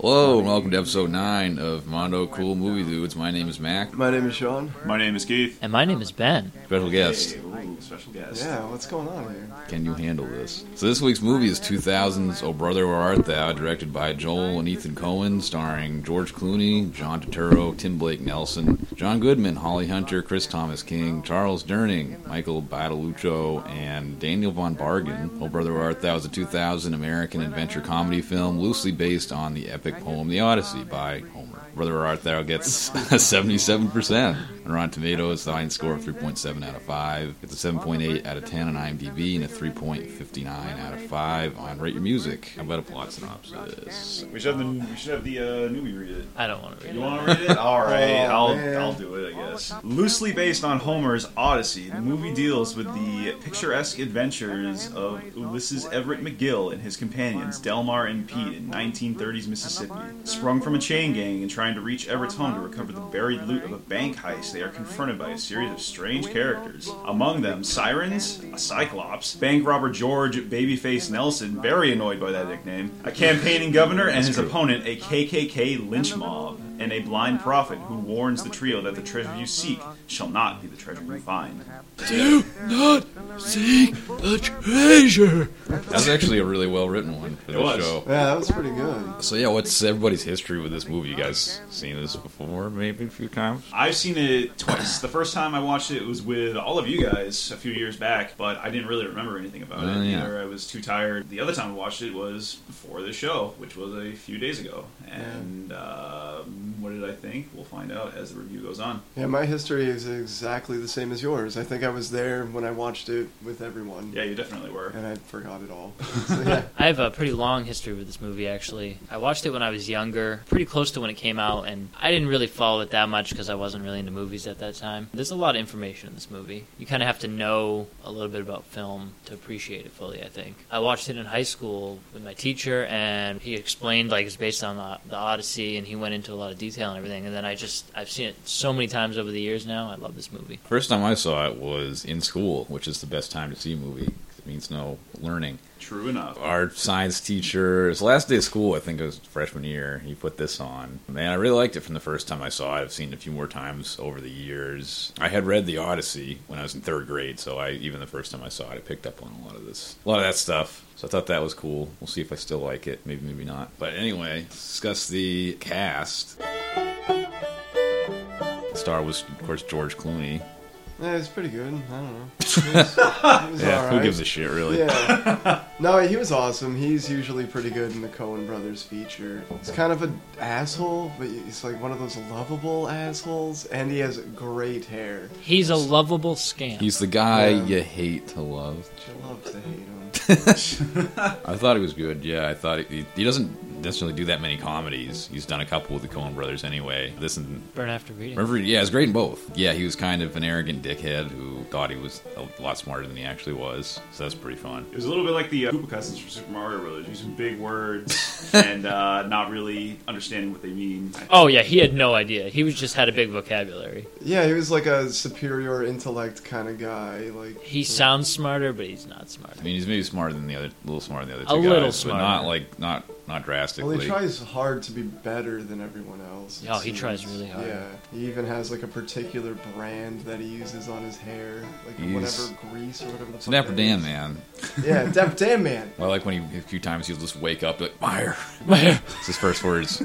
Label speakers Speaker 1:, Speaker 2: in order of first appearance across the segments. Speaker 1: Hello, and welcome to episode 9 of Mondo Cool Movie Dudes. My name is Mac.
Speaker 2: My name is Sean.
Speaker 3: My name is Keith.
Speaker 4: And my name is Ben.
Speaker 1: Special guest,
Speaker 3: Hey, ooh, special guest.
Speaker 2: Yeah, what's going on here?
Speaker 1: can you handle this? So, this week's movie is 2000's Oh Brother Where Art Thou, directed by Joel and Ethan Cohen, starring George Clooney, John Turturro, Tim Blake Nelson, John Goodman, Holly Hunter, Chris Thomas King, Charles Durning, Michael Badaluccio, and Daniel von Bargen. Oh Brother Where Art Thou is a 2000 American adventure comedy film loosely based on the epic poem The Odyssey by Homer. Brother Where Art Thou gets 77%. On Rotten Tomatoes, the highest score of 3.7 out of 5. It's a 7.8 out of 10 on IMDb and a 3.59 out of 5 on Rate Your Music. How about a plot synopsis?
Speaker 3: We should have the we should have the uh, newbie read it.
Speaker 4: I don't want to read
Speaker 3: You
Speaker 4: it.
Speaker 3: want to read it? All right,
Speaker 2: Oh,
Speaker 3: I'll
Speaker 2: man.
Speaker 3: I'll do it. I guess. Loosely based on Homer's Odyssey, the movie deals with the picturesque adventures of Ulysses Everett McGill and his companions Delmar and Pete in 1930s Mississippi. Sprung from a chain gang and trying to reach Everett's home to recover the buried loot of a bank heist, they are confronted by a series of strange characters. Among them, sirens, a cyclops, bank robber George Babyface Nelson, very annoyed by that nickname, a campaigning governor, and his opponent, a KKK lynch mob and a blind prophet who warns the trio that the treasure you seek shall not be the treasure you find.
Speaker 1: Do not seek the treasure! That was actually a really well written one for the
Speaker 3: was.
Speaker 1: show.
Speaker 2: Yeah, that was pretty good.
Speaker 1: So, yeah, what's everybody's history with this movie? You guys seen this before, maybe a few times?
Speaker 3: I've seen it twice. The first time I watched it was with all of you guys a few years back, but I didn't really remember anything about
Speaker 1: Oh,
Speaker 3: it
Speaker 1: yeah.
Speaker 3: either. I was too tired. The other time I watched it was before the show, which was a few days ago. And um, what did I think? We'll find out as the review goes on.
Speaker 2: Yeah, my history is exactly the same as yours. I think I was there when I watched it with everyone,
Speaker 3: Yeah, you definitely were.
Speaker 2: and I forgot it all. So, yeah.
Speaker 4: I have a pretty long history with this movie, actually. I watched it when I was younger, pretty close to when it came out, and I didn't really follow it that much because I wasn't really into movies at that time. There's a lot of information in this movie. You kind of have to know a little bit about film to appreciate it fully, I think. I watched it in high school with my teacher, and he explained, like, it's based on the, the Odyssey, and he went into a lot of detail and everything, and then I just, I've seen it so many times over the years now. I love this movie.
Speaker 1: First time I saw it was in school, which is the best time to see a movie. 'cause It means no learning.
Speaker 3: True enough.
Speaker 1: Our science teacher, his last day of school, I think it was freshman year, he put this on. Man, I really liked it from the first time I saw it. I've seen it a few more times over the years. I had read The Odyssey when I was in third grade, so I even the first time I saw it, I picked up on a lot of this, a lot of that stuff. So I thought that was cool. We'll see if I still like it. Maybe, maybe not. But anyway, let's discuss the cast. The star was, of course, George Clooney.
Speaker 2: yeah, it's pretty good. I don't know. It was, it was
Speaker 1: Yeah,
Speaker 2: all
Speaker 1: who
Speaker 2: right.
Speaker 1: gives a shit, really?
Speaker 2: Yeah. No, he was awesome. He's usually pretty good in the Coen Brothers feature. He's kind of an asshole, but he's like one of those lovable assholes, and he has great hair.
Speaker 4: He's a lovable scamp.
Speaker 1: He's the guy
Speaker 2: Yeah.
Speaker 1: you hate to love.
Speaker 2: I love to hate him.
Speaker 1: I thought he was good. Yeah, I thought he, he doesn't necessarily do that many comedies. He's done a couple with the Coen Brothers anyway. This and
Speaker 4: Burn after reading.
Speaker 1: remember, yeah, it was great in both. Yeah, he was kind of an arrogant dickhead who thought he was a lot smarter than he actually was. So that's pretty fun.
Speaker 3: It was a little bit like the uh, Koopa cousins from Super Mario Brothers, using big words and uh, not really understanding what they mean.
Speaker 4: Oh yeah, he had no idea. He was just had a big vocabulary.
Speaker 2: Yeah, he was like a superior intellect kind of guy. Like
Speaker 4: He sounds smarter, but he's not
Speaker 1: I
Speaker 4: smarter.
Speaker 1: mean, he's maybe smarter than the other, a little smarter than the other two
Speaker 4: A
Speaker 1: guys,
Speaker 4: little
Speaker 1: but
Speaker 4: smarter.
Speaker 1: not like not not
Speaker 2: Well,
Speaker 1: drastically.
Speaker 2: he tries hard to be better than everyone else. it
Speaker 4: Yeah, he tries
Speaker 2: seems.
Speaker 4: really hard.
Speaker 2: Yeah, he even has like a particular brand that he uses on his hair, like
Speaker 1: He's-
Speaker 2: whatever grease or whatever the
Speaker 1: it's
Speaker 2: fuck
Speaker 1: an Dapper
Speaker 2: that
Speaker 1: Dan,
Speaker 2: is.
Speaker 1: man.
Speaker 2: Yeah, Dapper Dan man.
Speaker 1: I like when he a few times he'll just wake up like Meyer.
Speaker 4: Meyer.
Speaker 1: It's his first words.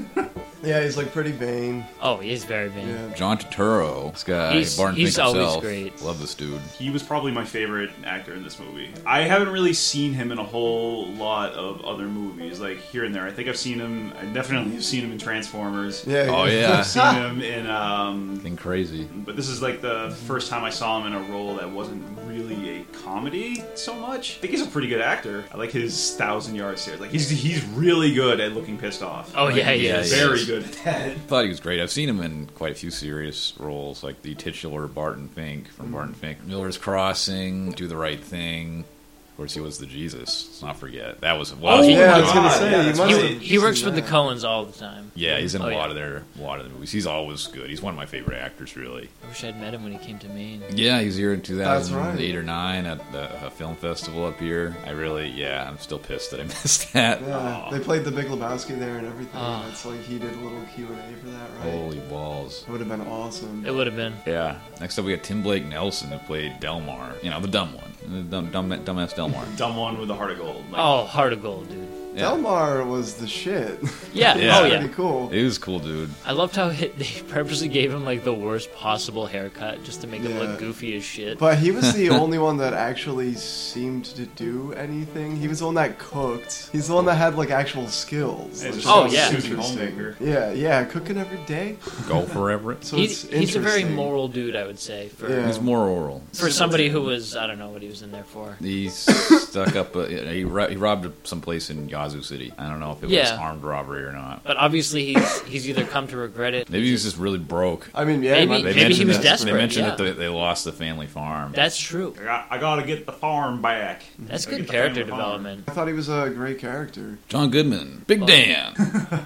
Speaker 2: Yeah, he's like pretty vain.
Speaker 4: Oh, he is very vain.
Speaker 2: Yeah,
Speaker 1: John Turturro, this guy,
Speaker 4: He's-
Speaker 1: Barton
Speaker 4: he's
Speaker 1: Fink
Speaker 4: always
Speaker 1: himself.
Speaker 4: great.
Speaker 1: Love this dude.
Speaker 3: He was probably my favorite actor in this movie. I haven't really seen him in a whole lot of other movies, like here and there. I think I've seen him. I definitely have seen him in Transformers.
Speaker 2: yeah.
Speaker 1: Oh, yeah.
Speaker 3: I've seen him in. Um,
Speaker 1: Thing crazy.
Speaker 3: but this is like the first time I saw him in a role that wasn't really a comedy so much. I think he's a pretty good actor. I like his thousand yard stare. Like he's he's really good at looking pissed off.
Speaker 4: Oh yeah,
Speaker 1: Like,
Speaker 4: he
Speaker 1: yeah,
Speaker 4: is.
Speaker 1: yeah.
Speaker 3: Very good at that.
Speaker 1: thought he was great. I've seen him in quite a few serious roles, like
Speaker 2: Mm-hmm.
Speaker 1: the titular Barton Fink from Barton Fink, Miller's Crossing, Do the Right Thing. Of course, he was the Jesus. Let's not forget that was.
Speaker 4: Oh,
Speaker 1: was
Speaker 4: he-
Speaker 1: one of
Speaker 2: yeah, I
Speaker 1: the-
Speaker 2: was gonna
Speaker 3: God,
Speaker 2: say
Speaker 3: yeah,
Speaker 2: he
Speaker 3: that's
Speaker 2: must.
Speaker 3: right.
Speaker 2: have
Speaker 4: He, he works
Speaker 2: seen
Speaker 4: with the
Speaker 2: that.
Speaker 4: Coens all the time.
Speaker 1: yeah, he's in
Speaker 4: Oh,
Speaker 1: a
Speaker 4: yeah.
Speaker 1: lot of their a lot of the movies. He's always good. He's one of my favorite actors, really.
Speaker 4: I wish I'd met him when he came to Maine.
Speaker 1: Yeah, he was here in 2008
Speaker 2: right.
Speaker 1: or 9 at the, a film festival up here. I really, yeah, I'm still pissed that I missed that.
Speaker 2: Yeah,
Speaker 1: Aw,
Speaker 2: they played the Big Lebowski there and everything.
Speaker 4: Ah.
Speaker 2: It's like he did a little Q and A for that, right?
Speaker 1: Holy balls.
Speaker 2: It would have been awesome.
Speaker 4: It would have been.
Speaker 1: Yeah. Next up, we got Tim Blake Nelson who played Delmar. You know, the dumb one. The dumb, dumb, dumbass Delmar.
Speaker 3: Dumb one with a heart of gold. Like,
Speaker 4: Oh, heart of gold, dude.
Speaker 1: Yeah.
Speaker 2: Delmar was the shit.
Speaker 4: Yeah.
Speaker 1: Yeah.
Speaker 4: Oh
Speaker 2: pretty
Speaker 4: yeah.
Speaker 2: cool.
Speaker 1: He was a cool, dude.
Speaker 4: I loved how it, they purposely gave him like the worst possible haircut just to make him
Speaker 2: Yeah.
Speaker 4: look goofy as shit.
Speaker 2: But he was the only one that actually seemed to do anything. He was the one that cooked. He's the one that had like actual skills.
Speaker 3: It's
Speaker 2: Like,
Speaker 3: just
Speaker 4: Oh,
Speaker 2: that's
Speaker 4: yeah.
Speaker 3: Susan
Speaker 2: interesting.
Speaker 3: Homemaker.
Speaker 2: Yeah, yeah, cooking every day.
Speaker 1: Go forever.
Speaker 2: So
Speaker 4: He,
Speaker 2: it's
Speaker 4: he's a very
Speaker 2: interesting.
Speaker 4: moral dude, I would say, for
Speaker 2: Yeah.
Speaker 1: He's more oral.
Speaker 4: for somebody who was I don't know what he was in there for.
Speaker 1: He stuck up. A, he, ro- he robbed some place in Yazoo City. I don't know if it was
Speaker 4: Yeah.
Speaker 1: armed robbery or not.
Speaker 4: But obviously he's he's either come to regret it.
Speaker 1: Maybe he was just really broke.
Speaker 2: I mean, yeah,
Speaker 4: Maybe-
Speaker 2: my-
Speaker 1: They
Speaker 4: maybe he
Speaker 1: mentioned
Speaker 4: was
Speaker 1: that,
Speaker 4: desperate,
Speaker 1: They mentioned
Speaker 4: yeah.
Speaker 1: that they, they lost the family farm.
Speaker 4: That's true.
Speaker 3: I, got, I gotta get the farm back.
Speaker 4: That's
Speaker 3: Gotta get
Speaker 4: good
Speaker 3: the family
Speaker 4: character
Speaker 3: farm.
Speaker 4: development.
Speaker 2: I thought he was a great character.
Speaker 1: John Goodman, Big
Speaker 4: Well-
Speaker 1: Dan.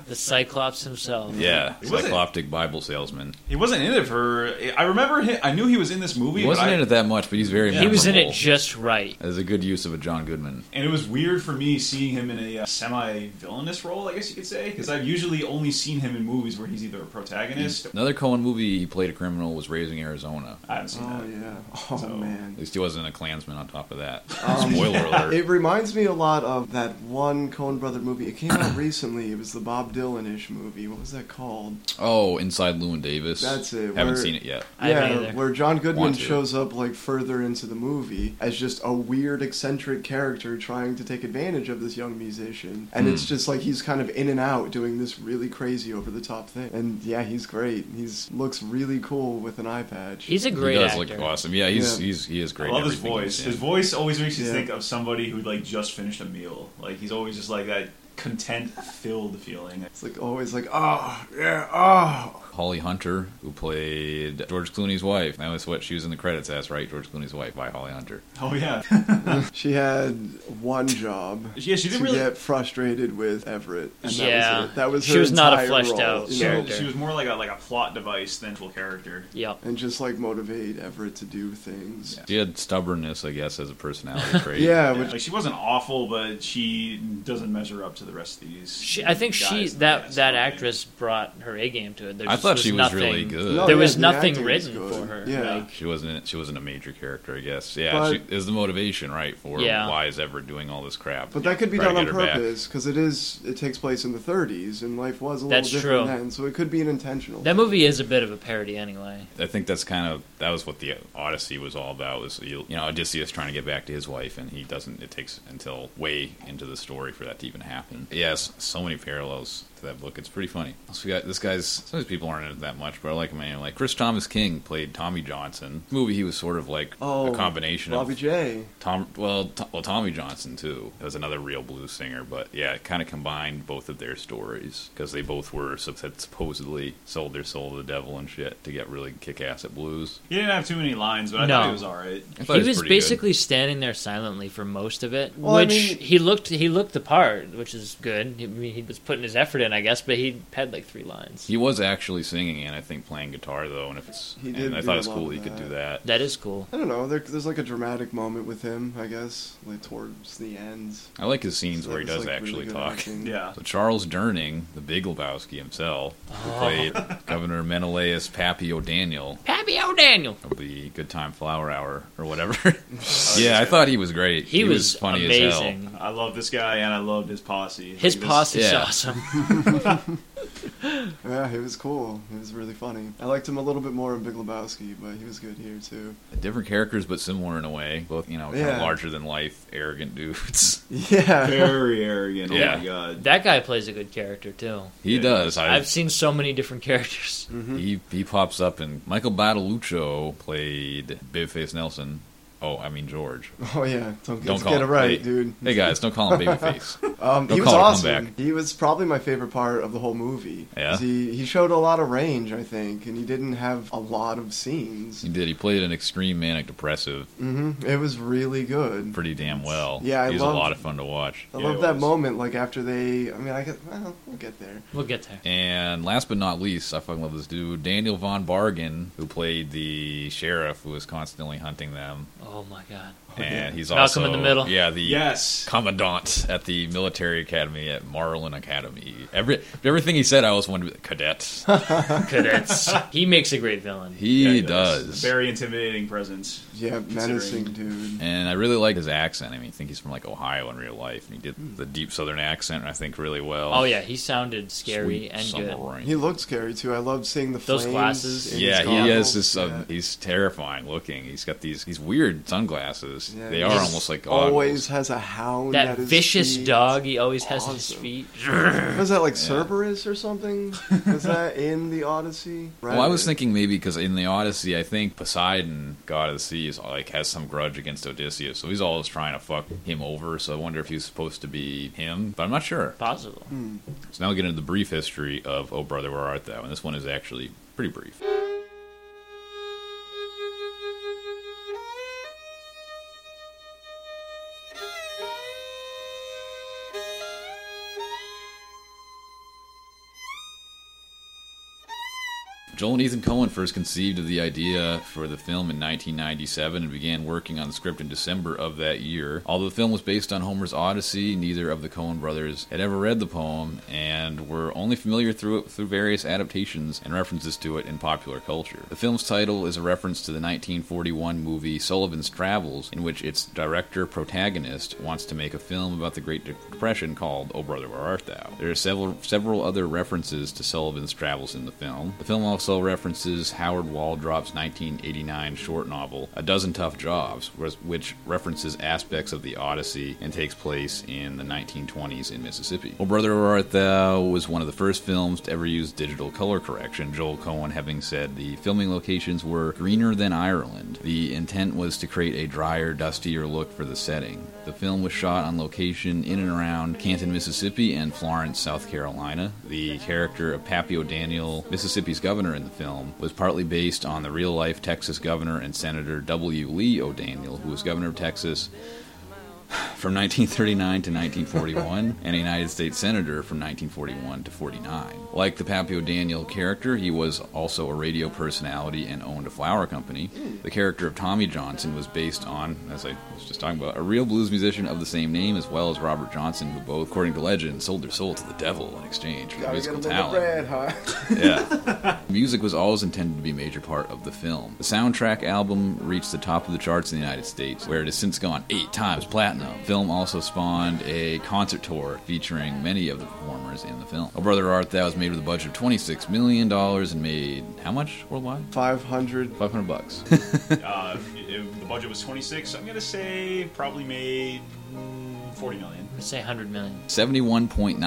Speaker 4: The Cyclops himself.
Speaker 1: Yeah,
Speaker 3: He wasn't-
Speaker 1: Cycloptic Bible salesman.
Speaker 3: He wasn't in it for. I remember him. I knew he was in this movie.
Speaker 1: He wasn't
Speaker 3: but I,
Speaker 1: in it that much, but he's very.
Speaker 3: Yeah.
Speaker 4: He was in it
Speaker 1: memorable.
Speaker 4: just right.
Speaker 1: That is a good use of a John Goodman.
Speaker 3: And it was weird for me seeing him in a uh, semi-villainous role, I guess you could say, because I've usually only seen him in movies where he's either a protagonist.
Speaker 1: Another Cohen movie he played a criminal was Raising Arizona.
Speaker 3: I haven't seen
Speaker 2: Oh
Speaker 3: that.
Speaker 2: yeah. Oh
Speaker 3: So-
Speaker 2: man.
Speaker 1: At least he wasn't a Klansman on top of that.
Speaker 4: Oh,
Speaker 2: Um,
Speaker 1: Spoiler alert.
Speaker 2: It reminds me a lot of that one Coen Brother movie. It came out recently. It was the Bob Dylan-ish movie. What was that called?
Speaker 1: Oh, Inside Lewin Davis.
Speaker 2: That's it.
Speaker 1: Haven't
Speaker 2: We're-
Speaker 1: seen it yet.
Speaker 4: I
Speaker 2: yeah,
Speaker 4: haven't either.
Speaker 2: where John Goodman
Speaker 1: Want to.
Speaker 2: shows up like further into the movie as just a weird eccentric character trying to take advantage of this young musician, and
Speaker 3: Hmm.
Speaker 2: it's just like he's kind of in and out doing this really crazy over the top thing. And yeah, he's great. He's looks really cool with an eye patch.
Speaker 4: He's a great
Speaker 1: he does
Speaker 4: actor.
Speaker 1: look awesome. Yeah, he's
Speaker 2: Yeah.
Speaker 1: he's he is great.
Speaker 3: I love
Speaker 1: in
Speaker 3: his
Speaker 1: everything
Speaker 3: voice.
Speaker 1: he's in.
Speaker 3: His voice always makes you
Speaker 2: Yeah.
Speaker 3: think of somebody who like just finished a meal. Like he's always just like that content-filled feeling.
Speaker 2: it's like always like oh yeah oh.
Speaker 1: Holly Hunter, who played George Clooney's wife. That was what she was in the credits as, right? George Clooney's wife by Holly Hunter.
Speaker 3: Oh yeah,
Speaker 2: She had one job.
Speaker 3: yeah. She
Speaker 2: to
Speaker 3: didn't really.
Speaker 2: get frustrated with Everett. And
Speaker 4: Yeah.
Speaker 2: that was, it. That was
Speaker 4: She
Speaker 2: her
Speaker 4: was not a
Speaker 2: entire
Speaker 4: fleshed
Speaker 2: role,
Speaker 4: out
Speaker 2: you know?
Speaker 4: character.
Speaker 3: She was more like a like a plot device than actual character.
Speaker 4: Yep.
Speaker 2: and just like motivate Everett to do things.
Speaker 1: She had stubbornness, I guess, as a personality trait.
Speaker 2: Yeah,
Speaker 3: Yeah,
Speaker 2: which
Speaker 3: like she wasn't awful, but she doesn't measure up to the rest of these.
Speaker 4: She, I think
Speaker 3: guys
Speaker 4: she
Speaker 3: in the
Speaker 4: that
Speaker 3: cast.
Speaker 4: that actress brought her A game to it. There
Speaker 1: I
Speaker 4: just
Speaker 1: thought she was
Speaker 4: nothing-
Speaker 1: really good.
Speaker 2: No,
Speaker 4: There
Speaker 2: yeah,
Speaker 4: was
Speaker 2: the
Speaker 4: nothing
Speaker 2: acting was
Speaker 4: written
Speaker 2: good.
Speaker 4: for her.
Speaker 2: Yeah.
Speaker 4: Like,
Speaker 1: She wasn't. She wasn't a major character, I guess. Yeah,
Speaker 2: But-
Speaker 1: she is the motivation, right? For
Speaker 4: Yeah.
Speaker 1: why is Everett doing all this crap?
Speaker 2: But that could be
Speaker 1: Try to
Speaker 2: done on
Speaker 1: get her back.
Speaker 2: purpose because it is. It takes place in the 30s, and life was a little
Speaker 4: That's
Speaker 2: different
Speaker 4: true.
Speaker 2: then, so it could be an intentional.
Speaker 4: that movie is a bit of a parody anyway.
Speaker 1: I think that's kind of that was what the Odyssey was all about. Was you you know Odysseus trying to get back to his wife, and he doesn't. It takes until way into the story for that to even happen. Yes, so many parallels to that book. It's pretty funny. Also, we got this guy's. Some of these people aren't into it that much, but I like him anyway. Like Chris Thomas King played Tommy Johnson. Movie he was sort of like
Speaker 2: oh,
Speaker 1: a combination
Speaker 2: Bobby
Speaker 1: of
Speaker 2: J.
Speaker 1: Tom, well, Tom, well, Tommy Johnson too. That was another real blues singer, but yeah, it kind of combined both of their stories because they both were sup- had supposedly sold their soul to the devil and shit to get really kick ass at blues.
Speaker 3: He didn't have too many lines, but I
Speaker 4: No.
Speaker 3: thought he was all right.
Speaker 1: I thought
Speaker 4: He
Speaker 1: was
Speaker 4: was
Speaker 1: pretty good.
Speaker 4: basically standing there silently for most of it,
Speaker 2: Well, I
Speaker 4: which
Speaker 2: mean-
Speaker 4: he looked he looked the part, which is good. He, I mean, he was putting his effort in, I guess, but he had like three lines.
Speaker 1: He was actually singing and I think playing guitar though, and if it's
Speaker 2: He
Speaker 1: and
Speaker 2: did
Speaker 1: I
Speaker 2: do
Speaker 1: thought
Speaker 2: a
Speaker 1: it was
Speaker 2: lot
Speaker 1: cool
Speaker 2: of
Speaker 1: he could
Speaker 2: that.
Speaker 1: do that.
Speaker 4: That is cool.
Speaker 2: I don't know. There, there's like a dramatic moment with him, I guess, like towards the end.
Speaker 1: I like his scenes
Speaker 2: So
Speaker 1: where he
Speaker 2: that was,
Speaker 1: does
Speaker 2: like,
Speaker 1: actually
Speaker 2: really good
Speaker 1: talk.
Speaker 2: acting.
Speaker 3: Yeah.
Speaker 1: So Charles Durning, the Big Lebowski himself, who
Speaker 4: Oh.
Speaker 1: played Governor Menelaus Pappy O'Daniel
Speaker 4: Happy O'Daniel.
Speaker 1: of the Good Time Flower Hour or whatever. yeah, I thought he was great.
Speaker 4: He, was,
Speaker 1: funny as hell.
Speaker 4: amazing.
Speaker 3: I love this guy, and I loved his posse.
Speaker 4: His
Speaker 3: Like, this-
Speaker 4: posse's
Speaker 1: yeah.
Speaker 4: awesome.
Speaker 2: Yeah, he was cool. He was really funny. I liked him a little bit more in Big Lebowski, but he was good here too.
Speaker 1: Different characters, but similar in a way. Both, you know, kind of
Speaker 2: Yeah.
Speaker 1: larger than life, arrogant dudes.
Speaker 2: Yeah.
Speaker 3: Very arrogant. Oh
Speaker 1: Yeah.
Speaker 3: my god.
Speaker 4: That guy plays a good character too.
Speaker 1: He
Speaker 3: Yeah.
Speaker 1: does. I,
Speaker 4: I've seen so many different characters.
Speaker 1: he he pops up, and Michael Badaluccio played Babyface Nelson. Oh, I mean George.
Speaker 2: Oh yeah. Don't,
Speaker 1: Don't
Speaker 2: get
Speaker 1: call
Speaker 2: it
Speaker 1: him.
Speaker 2: right,
Speaker 1: Hey-
Speaker 2: dude.
Speaker 1: Hey guys, don't call him Babyface.
Speaker 2: Um,
Speaker 1: They'll
Speaker 2: he was
Speaker 1: call it a
Speaker 2: awesome.
Speaker 1: comeback.
Speaker 2: He was probably my favorite part of the whole movie.
Speaker 1: Yeah?
Speaker 2: 'Cause He he showed a lot of range, I think, and he didn't have a lot of scenes.
Speaker 1: He did. He played an extreme manic depressive
Speaker 2: hmm It was really good.
Speaker 1: pretty damn well.
Speaker 2: Yeah, I
Speaker 1: he was
Speaker 2: loved-
Speaker 1: a lot of fun to watch.
Speaker 2: I
Speaker 3: Yeah,
Speaker 2: love
Speaker 3: it
Speaker 2: that
Speaker 3: was.
Speaker 2: moment, like after they. I mean, I get. Well, we'll get there.
Speaker 4: We'll get there.
Speaker 1: And last but not least, I fucking love this dude, Daniel Von Bargen, who played the sheriff who was constantly hunting them.
Speaker 4: Oh my god.
Speaker 1: and he's
Speaker 4: Malcolm
Speaker 1: also
Speaker 4: in the Middle.
Speaker 1: Yeah, the
Speaker 3: Yes.
Speaker 1: commandant at the military academy at Marlin Academy. Every everything he said, I always wanted to be cadets.
Speaker 4: Cadets. he makes a great villain.
Speaker 1: He,
Speaker 3: Yeah,
Speaker 1: does.
Speaker 3: Very intimidating presence.
Speaker 2: Yeah, menacing dude.
Speaker 1: And I really like his accent. I mean, I think he's from like Ohio in real life, and he did the deep Southern accent, I think, really well.
Speaker 4: Oh yeah, he sounded scary
Speaker 1: Sweet
Speaker 4: and
Speaker 1: summer
Speaker 4: good.
Speaker 1: rain.
Speaker 2: He looked scary too. I loved seeing the
Speaker 4: Those
Speaker 2: flames
Speaker 4: glasses.
Speaker 2: in his
Speaker 1: yeah, he
Speaker 2: goggles.
Speaker 1: has this. Um,
Speaker 2: Yeah.
Speaker 1: He's terrifying looking. He's got these these weird sunglasses.
Speaker 2: Yeah,
Speaker 1: they
Speaker 2: he
Speaker 1: are
Speaker 4: just
Speaker 1: almost like goggles.
Speaker 2: always has a hound.
Speaker 4: That
Speaker 2: at his
Speaker 4: vicious
Speaker 2: feet.
Speaker 4: dog he always has at his
Speaker 2: Awesome.
Speaker 4: feet.
Speaker 2: Was that like
Speaker 1: Yeah.
Speaker 2: Cerberus or something? Was that in the Odyssey? Right.
Speaker 1: Well, I was thinking maybe because in the Odyssey, I think Poseidon, god of the seas, like has some grudge against Odysseus, so he's always trying to fuck him over. So I wonder if he's supposed to be him, but I'm not sure.
Speaker 4: Possible.
Speaker 2: Hmm.
Speaker 1: So now we get into the brief history of Oh Brother, Where Art Thou? And this one is actually pretty brief. Joel and Ethan Cohen first conceived of the idea for the film in 1997 and began working on the script in December of that year. Although the film was based on Homer's Odyssey, neither of the Cohen brothers had ever read the poem and were only familiar through it through various adaptations and references to it in popular culture. The film's title is a reference to the 1941 movie Sullivan's Travels, in which its director protagonist wants to make a film about the Great Depression called Oh Brother, Where Art Thou? There are several several other references to Sullivan's travels in the film. The film also references Howard Waldrop's 1989 short novel, A Dozen Tough Jobs, whereas- which references aspects of the Odyssey and takes place in the 1920s in Mississippi. Oh Brother, Where Art Thou was one of the first films to ever use digital color correction, Joel Cohen having said the filming locations were greener than Ireland. The intent was to create a drier, dustier look for the setting. The film was shot on location in and around Canton, Mississippi and Florence, South Carolina. The character of Pappy O'Daniel, Mississippi's governor in the film, was partly based on the real life Texas governor and Senator W. Lee O'Daniel, who was governor of Texas from 1939 to 1941 and a United States Senator from 1941 to 49. Like the Papio Daniel character, he was also a radio personality and owned a flower company. The character of Tommy Johnson was based on, as I was just talking about, a real blues musician of the same name as well as Robert Johnson, who both, according to legend, sold their soul to the devil in exchange for their
Speaker 2: Gotta get a
Speaker 1: musical
Speaker 2: little
Speaker 1: talent.
Speaker 2: bread, huh?
Speaker 1: Yeah. Music was always intended to be a major part of the film. The soundtrack album reached the top of the charts in the United States, where it has since gone eight times platinum. The film also spawned a concert tour featuring many of the performers in the film. Oh Brother Art Thou was made with a budget of $26 million and made how much worldwide?
Speaker 2: Five hundred.
Speaker 1: 500 bucks.
Speaker 3: uh, if the budget was 26. I'm gonna say probably made mm, 40 million.
Speaker 4: Let's say 100 million.
Speaker 1: $71.9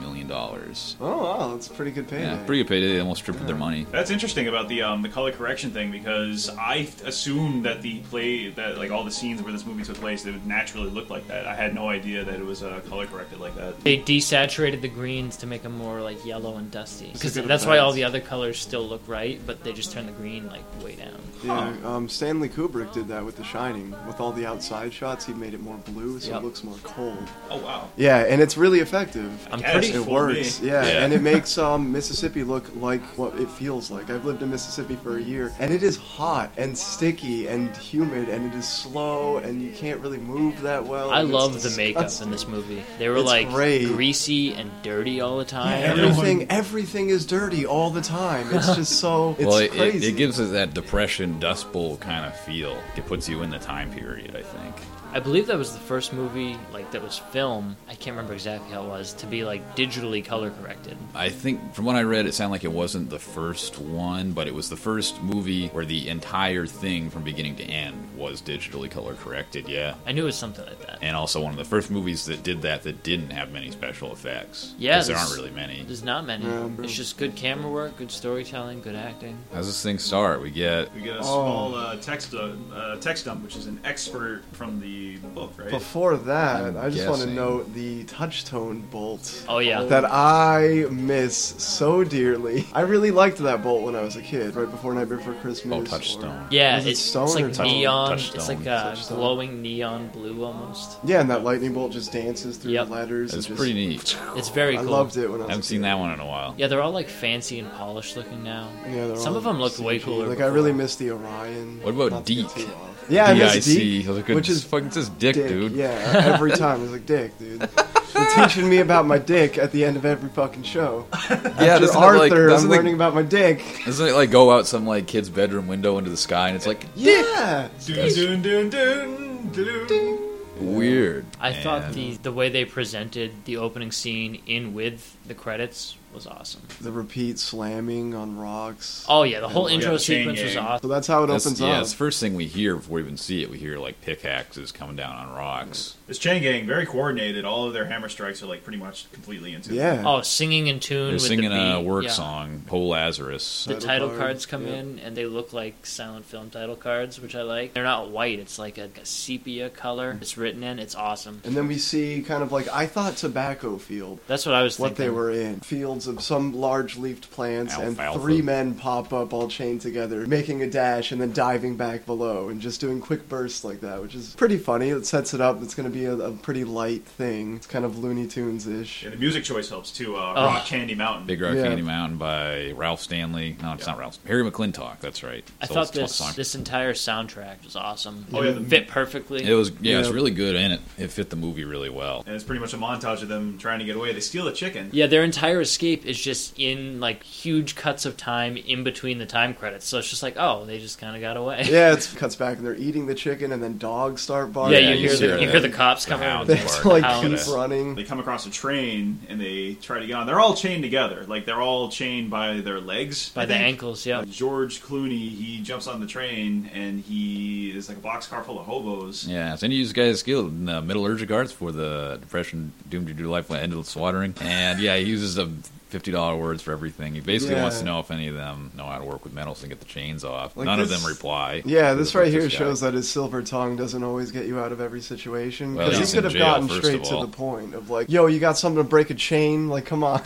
Speaker 1: million. dollars.
Speaker 2: Oh wow, that's pretty good payday.
Speaker 1: Yeah, pretty good payday. They almost tripled their money.
Speaker 3: That's interesting about the um, the color correction thing because I assumed that the play that like all the scenes where this movie took place they would naturally look like that. I had no idea that it was uh, color corrected like that.
Speaker 4: They desaturated the greens to make them more like yellow and dusty. Because
Speaker 2: a good
Speaker 4: that's why all
Speaker 2: appearance.
Speaker 4: the other colors still look right, but they just turn the green like way down.
Speaker 2: Yeah, um, Stanley Kubrick did that with The Shining. With all the outside shots, he made it more blue, so
Speaker 4: Yep.
Speaker 2: it looks more cold.
Speaker 3: Oh wow.
Speaker 2: Yeah, and it's really effective.
Speaker 4: I'm
Speaker 3: Yes.
Speaker 4: pretty.
Speaker 2: It
Speaker 3: For
Speaker 2: works,
Speaker 3: me.
Speaker 2: yeah,
Speaker 1: Yeah.
Speaker 2: and it makes um, Mississippi look like what it feels like. I've lived in Mississippi for a year, and it is hot and sticky and humid, and it is slow, and you can't really move that well.
Speaker 4: I
Speaker 2: and it's
Speaker 4: love the makeup
Speaker 2: disgusting.
Speaker 4: in this movie. They were
Speaker 2: It's
Speaker 4: like
Speaker 2: great.
Speaker 4: greasy and dirty all the time.
Speaker 3: Yeah, everyone-
Speaker 2: Everything, everything is dirty all the time. It's just so it's
Speaker 1: well, it, it,
Speaker 2: crazy.
Speaker 1: it gives us that depression, dust bowl kind of feel. It puts you in the time period, I think.
Speaker 4: I believe that was the first movie like that was film. I can't remember exactly how it was to be like digitally color corrected.
Speaker 1: I think from what I read, it sounded like it wasn't the first one, but it was the first movie where the entire thing from beginning to end was digitally color corrected, yeah.
Speaker 4: I knew it was something like that.
Speaker 1: And also one of the first movies that did that that didn't have many special effects.
Speaker 4: Yeah,
Speaker 1: 'Cause there
Speaker 4: this-
Speaker 1: aren't really many.
Speaker 4: There's not many.
Speaker 2: Yeah, bro.
Speaker 4: it's just good camera work, good storytelling, good acting.
Speaker 1: How's this thing start? We get
Speaker 3: We get a small uh, text uh, uh, text dump, which is an expert from the the book, right?
Speaker 2: Before that,
Speaker 1: I'm
Speaker 2: i just want to
Speaker 1: guessing.
Speaker 2: note the touchstone bolt.
Speaker 4: Oh, yeah.
Speaker 2: That I miss so dearly. I really liked that bolt when I was a kid, right before Night Before Christmas.
Speaker 1: Oh,
Speaker 2: or-
Speaker 1: Touchstone.
Speaker 4: Yeah,
Speaker 2: Was it
Speaker 4: it's,
Speaker 2: stone
Speaker 4: it's
Speaker 2: or
Speaker 4: like
Speaker 2: touch-
Speaker 4: neon.
Speaker 1: touchstone?
Speaker 4: It's like uh,
Speaker 2: Touchstone.
Speaker 4: glowing neon blue almost.
Speaker 2: Yeah, and that lightning bolt just dances through
Speaker 4: Yep.
Speaker 2: the ladders.
Speaker 1: That's
Speaker 2: and just-
Speaker 1: pretty neat.
Speaker 4: It's very
Speaker 2: I
Speaker 4: cool.
Speaker 2: loved it when I was
Speaker 1: I haven't
Speaker 2: a
Speaker 1: seen
Speaker 2: kid.
Speaker 1: that one in a while.
Speaker 4: Yeah, they're all like fancy and polished looking now.
Speaker 2: Yeah, they're
Speaker 4: Some
Speaker 2: all
Speaker 4: of them looked way
Speaker 2: CG.
Speaker 4: cooler.
Speaker 2: Like I
Speaker 4: before.
Speaker 2: really miss the Orion.
Speaker 1: What about
Speaker 2: Not to get
Speaker 1: Deke?
Speaker 2: too off. Yeah, I miss
Speaker 1: D-I-C.
Speaker 2: Deke,
Speaker 1: I was like,
Speaker 2: which
Speaker 1: it's
Speaker 2: is
Speaker 1: fucking says dick,
Speaker 2: dick.
Speaker 1: dude.
Speaker 2: Yeah, every time it's like dick, dude. You're teaching me about my dick at the end of every fucking show.
Speaker 1: yeah
Speaker 2: After
Speaker 1: doesn't it, like,
Speaker 2: Arthur, I'm
Speaker 1: doesn't,
Speaker 2: learning
Speaker 1: it,
Speaker 2: about my dick.
Speaker 1: doesn't it like go out some like kid's bedroom window into the sky and it's like
Speaker 2: Yeah.
Speaker 3: Dun, dun, dun, dun, dun, dun.
Speaker 1: weird.
Speaker 4: I thought
Speaker 1: And-
Speaker 4: the the way they presented the opening scene in with the credits was awesome.
Speaker 2: The repeat slamming on rocks.
Speaker 4: Oh yeah, the whole
Speaker 3: Yeah,
Speaker 4: intro
Speaker 3: the chain
Speaker 4: sequence was
Speaker 3: gang.
Speaker 2: So
Speaker 4: awesome.
Speaker 2: that's how it
Speaker 1: That's-
Speaker 2: opens
Speaker 1: yeah,
Speaker 2: up.
Speaker 1: it's the first thing we hear before we even see it. We hear like pickaxes coming down on
Speaker 4: Mm-hmm.
Speaker 1: rocks.
Speaker 3: This chain gang very coordinated. All of their hammer strikes are like pretty much completely into.
Speaker 2: Yeah.
Speaker 4: Oh, singing in tune.
Speaker 1: They're
Speaker 4: with
Speaker 1: singing
Speaker 4: the beat.
Speaker 1: a work
Speaker 4: yeah.
Speaker 1: song, Poe Lazarus. uh,
Speaker 4: The
Speaker 2: Title
Speaker 4: title
Speaker 2: card,
Speaker 4: cards come
Speaker 2: yeah.
Speaker 4: in and they look like silent film title cards, which I like. They're not white; it's like a, a sepia color. It's written in. It's awesome.
Speaker 2: And then we see kind of like I thought tobacco field.
Speaker 4: That's what I was
Speaker 2: What
Speaker 4: thinking.
Speaker 2: they were in. Fields of some large leafed plants,
Speaker 1: Alfalfa.
Speaker 2: and three men pop up all chained together, making a dash and then diving back below and just doing quick bursts like that, which is pretty funny. It sets it up. It's going to be a, a pretty light thing. It's kind of Looney Tunes ish.
Speaker 3: Yeah, the music choice helps too. Uh,
Speaker 4: Oh.
Speaker 3: Rock Candy Mountain.
Speaker 1: Big Rock
Speaker 2: Yeah.
Speaker 1: Candy Mountain by Ralph Stanley. No, it's not Ralph. Harry McClintock. That's right.
Speaker 4: I
Speaker 1: So
Speaker 4: thought
Speaker 1: it's- it's
Speaker 4: this
Speaker 1: a song.
Speaker 4: this entire soundtrack was awesome.
Speaker 3: Oh, yeah,
Speaker 4: It
Speaker 3: the-
Speaker 4: fit perfectly.
Speaker 1: It was yeah, it's
Speaker 2: Yeah.
Speaker 1: really good and it it fit the movie really well.
Speaker 3: And it's pretty much a montage of them trying to get away. They steal a chicken.
Speaker 4: yeah, their entire escape is just in like huge cuts of time in between the time credits. So it's just like, oh, they just kind of got away.
Speaker 2: Yeah, it cuts back and they're eating the chicken, and then dogs start barking.
Speaker 4: Yeah,
Speaker 1: yeah,
Speaker 4: you,
Speaker 1: you
Speaker 4: hear
Speaker 1: see
Speaker 4: the,
Speaker 1: it.
Speaker 4: you hear the cops coming.
Speaker 1: hounds.
Speaker 2: They
Speaker 4: over.
Speaker 2: have
Speaker 1: bark.
Speaker 2: to like
Speaker 4: Hounds.
Speaker 2: keep running.
Speaker 3: They come across a train and they try to get on. They're all chained together. Like they're all chained by their legs,
Speaker 4: By
Speaker 3: I
Speaker 4: the
Speaker 3: think.
Speaker 4: ankles, yeah.
Speaker 3: Uh, George Clooney, he jumps on the train and he is like a boxcar full of hobos.
Speaker 1: Yeah, so any of you guys skilled in the metallurgic arts for the depression doomed to do life with endless slaughtering. And yeah, he uses a fifty dollar words for everything. He basically
Speaker 2: Yeah.
Speaker 1: wants to know if any of them know how to work with metals and get the chains off.
Speaker 2: Like
Speaker 1: None of
Speaker 2: this-
Speaker 1: them reply.
Speaker 2: Yeah,
Speaker 1: Who
Speaker 2: this
Speaker 1: the fuck's
Speaker 2: right
Speaker 1: guy?
Speaker 2: here shows that his silver tongue doesn't always get you out of every situation.
Speaker 1: Well,
Speaker 2: Because
Speaker 1: he's
Speaker 2: he could
Speaker 1: in
Speaker 2: have
Speaker 1: jail,
Speaker 2: gotten
Speaker 1: first
Speaker 2: straight
Speaker 1: of
Speaker 2: to
Speaker 1: all.
Speaker 2: the point of like, yo, you got something to break a chain? Like, come on.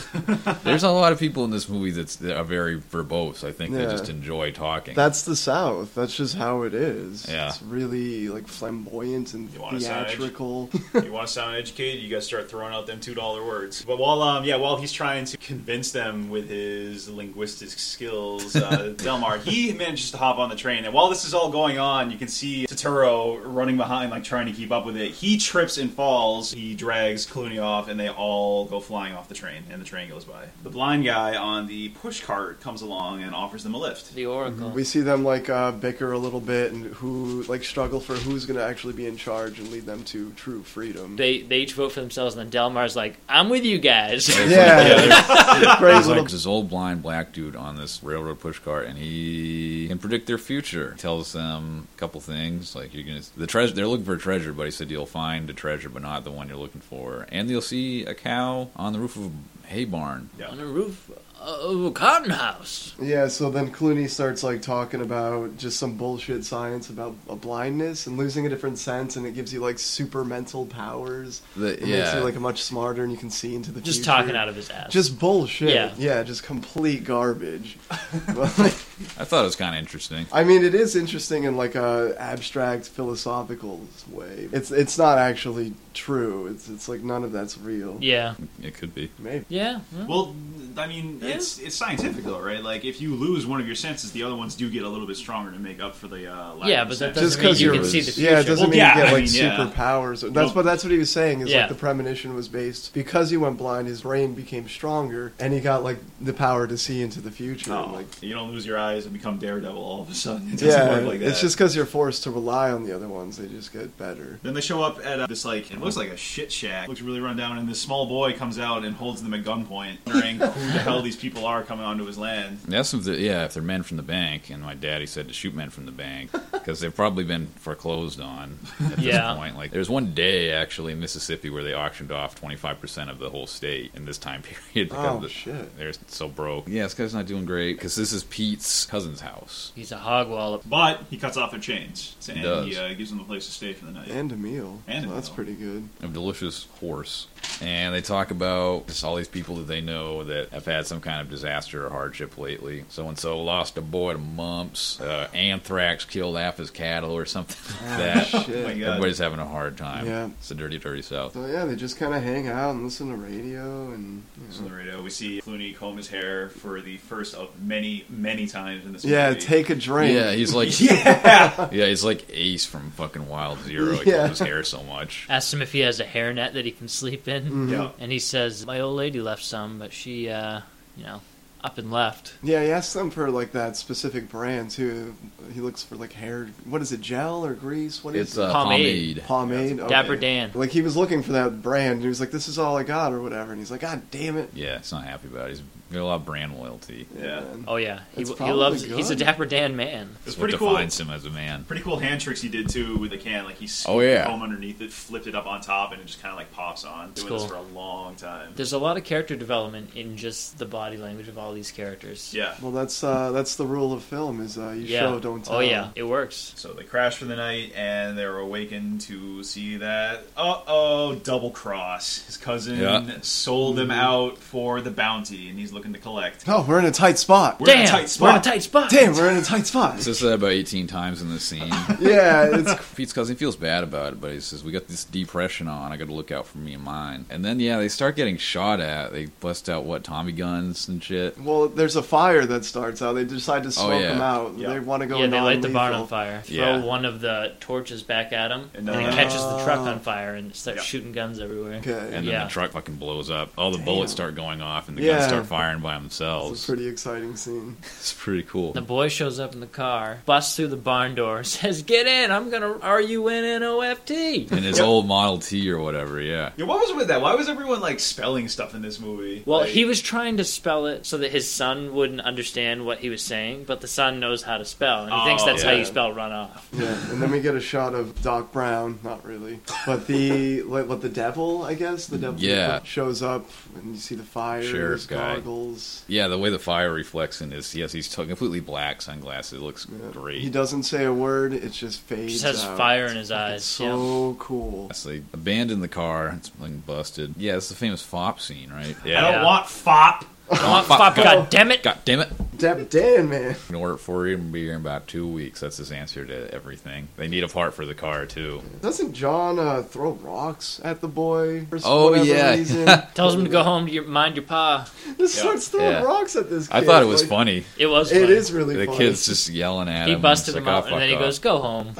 Speaker 1: There's a lot of people in this movie that's that are very verbose. I think they
Speaker 2: Yeah.
Speaker 1: just enjoy talking.
Speaker 2: That's the South. That's just how it is.
Speaker 1: Yeah.
Speaker 2: It's really like flamboyant and
Speaker 3: You want a side?
Speaker 2: theatrical.
Speaker 3: you want to sound educated, you guys start throwing out them two dollar words. But while um yeah, while he's trying to convince them with his linguistic skills, uh, Delmar he manages to hop on the train, and while this is all going on, you can see Totoro running behind, like trying to keep up with it. He trips and falls. He drags Clooney off, and they all go flying off the train, and the train goes by. The blind guy on the push cart comes along and offers them a lift.
Speaker 4: The Oracle.
Speaker 2: we see them like uh, bicker a little bit and who like struggle for who's going to actually be in charge and lead them to true freedom.
Speaker 4: They they each vote for themselves, and then Delmar's like, "I'm with you guys."
Speaker 2: yeah, great
Speaker 1: There's
Speaker 2: little.
Speaker 1: like this old blind black dude on this railroad push cart, and he can predict their future. Tells them a couple things, like you're gonna the treasure. They're looking for a treasure, but he said you'll find a treasure, but not the one you're looking for. And you'll see a cow on the roof of a hay barn.
Speaker 3: Yeah.
Speaker 4: On the roof of a cotton house.
Speaker 2: Yeah, so then Clooney starts like talking about just some bullshit science about a blindness and losing a different sense, and it gives you like super mental powers.
Speaker 1: The-
Speaker 2: It makes
Speaker 1: yeah,
Speaker 2: you like much smarter, and you can see into the
Speaker 4: Just
Speaker 2: future.
Speaker 4: talking out of his ass.
Speaker 2: Just bullshit.
Speaker 4: Yeah.
Speaker 2: yeah, just complete garbage.
Speaker 1: I thought it was kind of interesting.
Speaker 2: I mean, it is interesting in like a abstract philosophical way. It's it's not actually true. It's it's like none of that's real.
Speaker 4: yeah,
Speaker 1: It could be.
Speaker 2: Maybe.
Speaker 4: yeah.
Speaker 3: Well, I mean,
Speaker 4: Yeah.
Speaker 3: it's it's scientific though, right? Like if you lose one of your senses, the other ones do get a little bit stronger to make up for the uh, lack
Speaker 4: Yeah,
Speaker 3: of
Speaker 4: but
Speaker 3: sense.
Speaker 4: that doesn't
Speaker 2: Just 'cause
Speaker 4: mean you
Speaker 2: you're-
Speaker 4: can see the future.
Speaker 2: Yeah, it doesn't
Speaker 3: Well,
Speaker 2: mean
Speaker 3: yeah,
Speaker 2: you
Speaker 3: I
Speaker 2: get like
Speaker 3: mean, yeah.
Speaker 2: superpowers. That's
Speaker 3: Nope.
Speaker 2: but that's what he was saying. Is
Speaker 4: Yeah.
Speaker 2: like the premonition was based because he went blind. His brain became stronger, and he got like the power to see into the future.
Speaker 3: Oh,
Speaker 2: and, like
Speaker 3: you don't lose your eyes and become Daredevil all of a sudden. It doesn't
Speaker 2: yeah,
Speaker 3: work like that.
Speaker 2: it's just because you're forced to rely on the other ones. They just get better.
Speaker 3: Then they show up at uh, this like it looks like a shit shack. Looks really run down, and this small boy comes out and holds them at gunpoint, wondering who the hell these people are coming onto his land.
Speaker 1: That's if the, yeah, if they're men from the bank, and my daddy said to shoot men from the bank because they've probably been foreclosed on at this
Speaker 4: Yeah.
Speaker 1: point. Like, there's one day actually in Mississippi where they auctioned off 25 percent of the whole state in this time period because
Speaker 2: Oh,
Speaker 1: the-
Speaker 2: shit.
Speaker 1: they're so broke. Yeah, this guy's not doing great because this is Pete's cousin's house.
Speaker 4: He's a hog wallop.
Speaker 3: But he cuts off their chains and
Speaker 1: does.
Speaker 3: he uh, gives them a place to stay for the night.
Speaker 2: And a meal.
Speaker 3: And a
Speaker 2: Well, that's
Speaker 3: meal.
Speaker 2: pretty good.
Speaker 1: a delicious horse. And they talk about just all these people that they know that have had some kind of disaster or hardship lately. So and so lost a boy to mumps, uh, anthrax killed half his cattle or something like that.
Speaker 3: oh my
Speaker 2: Shit.
Speaker 3: god.
Speaker 1: Everybody's having a hard time.
Speaker 2: Yeah.
Speaker 1: It's a dirty, dirty South.
Speaker 2: So yeah, they just kind of hang out and listen to radio and. You
Speaker 3: So on
Speaker 2: know.
Speaker 3: the radio, we see Clooney comb his hair for the first of many, many times in this
Speaker 2: Yeah,
Speaker 3: movie.
Speaker 2: take a drink.
Speaker 1: Yeah, he's like
Speaker 3: yeah.
Speaker 1: yeah, he's like Ace from fucking Wild Zero. He
Speaker 2: Yeah.
Speaker 1: loves his hair so much.
Speaker 4: Asks him if he has a hairnet that he can sleep in.
Speaker 2: Mm. Mm-hmm.
Speaker 3: yeah.
Speaker 4: And he says, My old lady left some, but she, uh, you know, up and left.
Speaker 2: Yeah, he asked them for like that specific brand too. He looks for like hair. What is it? Gel or grease? What is
Speaker 1: It's uh,
Speaker 4: Pomade.
Speaker 1: pomade.
Speaker 2: it? pomade? Okay.
Speaker 4: Dapper Dan.
Speaker 2: Like he was looking for that brand. And he was like, "This is all I got," or whatever. And he's like, "God damn it!"
Speaker 1: Yeah, it's not happy about. it. He's got a lot of brand loyalty.
Speaker 3: Yeah.
Speaker 2: man.
Speaker 4: Oh, yeah. He,
Speaker 2: That's
Speaker 4: he loves,
Speaker 2: probably
Speaker 4: he's a
Speaker 2: good.
Speaker 4: Dapper Dan man.
Speaker 3: It's
Speaker 1: It's what
Speaker 3: pretty cool.
Speaker 1: defines him as a man.
Speaker 3: Pretty cool hand tricks he did too with the can. Like he scooped
Speaker 1: Oh, yeah.
Speaker 3: the comb underneath it, flipped it up on top, and it just kind of like pops on. Doing
Speaker 4: cool.
Speaker 3: this for a long time.
Speaker 4: There's a lot of character development in just the body language of all these characters.
Speaker 3: Yeah.
Speaker 2: Well, that's uh, that's the rule of film: is uh, you
Speaker 4: Yeah.
Speaker 2: show, don't tell.
Speaker 4: Oh, yeah. It works.
Speaker 3: So they crash for the night, and they're awakened to see that uh oh, double cross. His cousin
Speaker 1: Yeah.
Speaker 3: sold him out for the bounty, and he's looking to collect.
Speaker 2: Oh, we're in a tight spot.
Speaker 3: We're
Speaker 4: Damn!
Speaker 3: in a tight
Speaker 4: We're in a
Speaker 3: spot.
Speaker 4: tight spot!
Speaker 2: Damn, we're in a tight spot.
Speaker 1: He says that about 18 times in this scene.
Speaker 2: yeah, it's
Speaker 1: Pete's cousin feels bad about it, but he says, We got this depression on. I got to look out for me and mine. And then, yeah, they start getting shot at. They bust out, what, Tommy guns and shit?
Speaker 2: well, there's a fire that starts out. They decide to smoke
Speaker 1: Oh, yeah.
Speaker 2: them out.
Speaker 3: Yeah.
Speaker 2: They want to go.
Speaker 4: yeah, they light the barn
Speaker 2: non-lethal.
Speaker 4: on fire.
Speaker 1: Yeah.
Speaker 4: Throw one of the torches back at him,
Speaker 3: And
Speaker 4: and,
Speaker 3: then-
Speaker 4: it catches the truck on fire and starts
Speaker 3: Yeah.
Speaker 4: shooting guns everywhere.
Speaker 2: Okay.
Speaker 1: Oh. And then
Speaker 4: Yeah.
Speaker 1: the truck fucking blows up. All the
Speaker 2: Damn.
Speaker 1: bullets start going off, and the guns
Speaker 2: Yeah.
Speaker 1: start firing by
Speaker 2: It's a
Speaker 1: themselves.
Speaker 2: pretty exciting scene.
Speaker 1: It's pretty cool.
Speaker 4: The boy shows up in the car, busts through the barn door, says, "Get in! I'm gonna R U N N O F T."
Speaker 1: In his
Speaker 3: Yep.
Speaker 1: old Model T or whatever, yeah.
Speaker 3: Yeah, what was with that? Why was everyone like spelling stuff in this movie?
Speaker 4: Well,
Speaker 3: Like-
Speaker 4: he was trying to spell it so that his son wouldn't understand what he was saying, but the son knows how to spell, and he thinks
Speaker 3: Oh,
Speaker 4: that's how
Speaker 2: yeah.
Speaker 4: you spell runoff.
Speaker 2: Yeah, and then we get a shot of Doc Brown, not really, but the like, what the devil, I guess the devil
Speaker 1: Yeah.
Speaker 2: shows up and you see the fire,
Speaker 1: Sheriff
Speaker 2: his
Speaker 1: guy.
Speaker 2: goggles.
Speaker 1: Yeah, the way the fire reflects in his, yes, he's t- completely black, sunglasses. It looks
Speaker 2: Yeah.
Speaker 1: great.
Speaker 2: He doesn't say a word; it just fades.
Speaker 4: Just has
Speaker 2: out.
Speaker 4: fire in
Speaker 2: It's
Speaker 4: his eyes.
Speaker 2: So cool.
Speaker 1: Yes, They abandon the car. It's been busted. Yeah, it's the famous fop scene, right?
Speaker 3: I don't
Speaker 4: Yeah.
Speaker 3: want fop.
Speaker 4: yeah. I want
Speaker 1: Fuck.
Speaker 4: fop, God damn it!
Speaker 1: God damn it.
Speaker 2: Dap Dan, man.
Speaker 1: can order it for you and be here in about two weeks. That's his answer to everything. They need a part for the car too.
Speaker 2: Doesn't John uh, throw rocks at the boy for
Speaker 1: Oh,
Speaker 2: whatever
Speaker 1: yeah.
Speaker 2: reason?
Speaker 4: Tells him to go home to your, mind your pa.
Speaker 2: Just
Speaker 3: Yeah.
Speaker 2: starts throwing
Speaker 1: Yeah.
Speaker 2: rocks at this. Kid.
Speaker 1: I thought it was
Speaker 2: like,
Speaker 1: funny.
Speaker 4: It was.
Speaker 2: It
Speaker 4: funny.
Speaker 2: is really
Speaker 1: The
Speaker 2: funny.
Speaker 1: kid's just yelling at
Speaker 4: He
Speaker 1: him.
Speaker 4: busted
Speaker 1: It's
Speaker 4: him
Speaker 1: like,
Speaker 4: out,
Speaker 1: "Oh,
Speaker 4: and then he
Speaker 1: fuck
Speaker 4: goes,
Speaker 1: off."
Speaker 4: "Go home."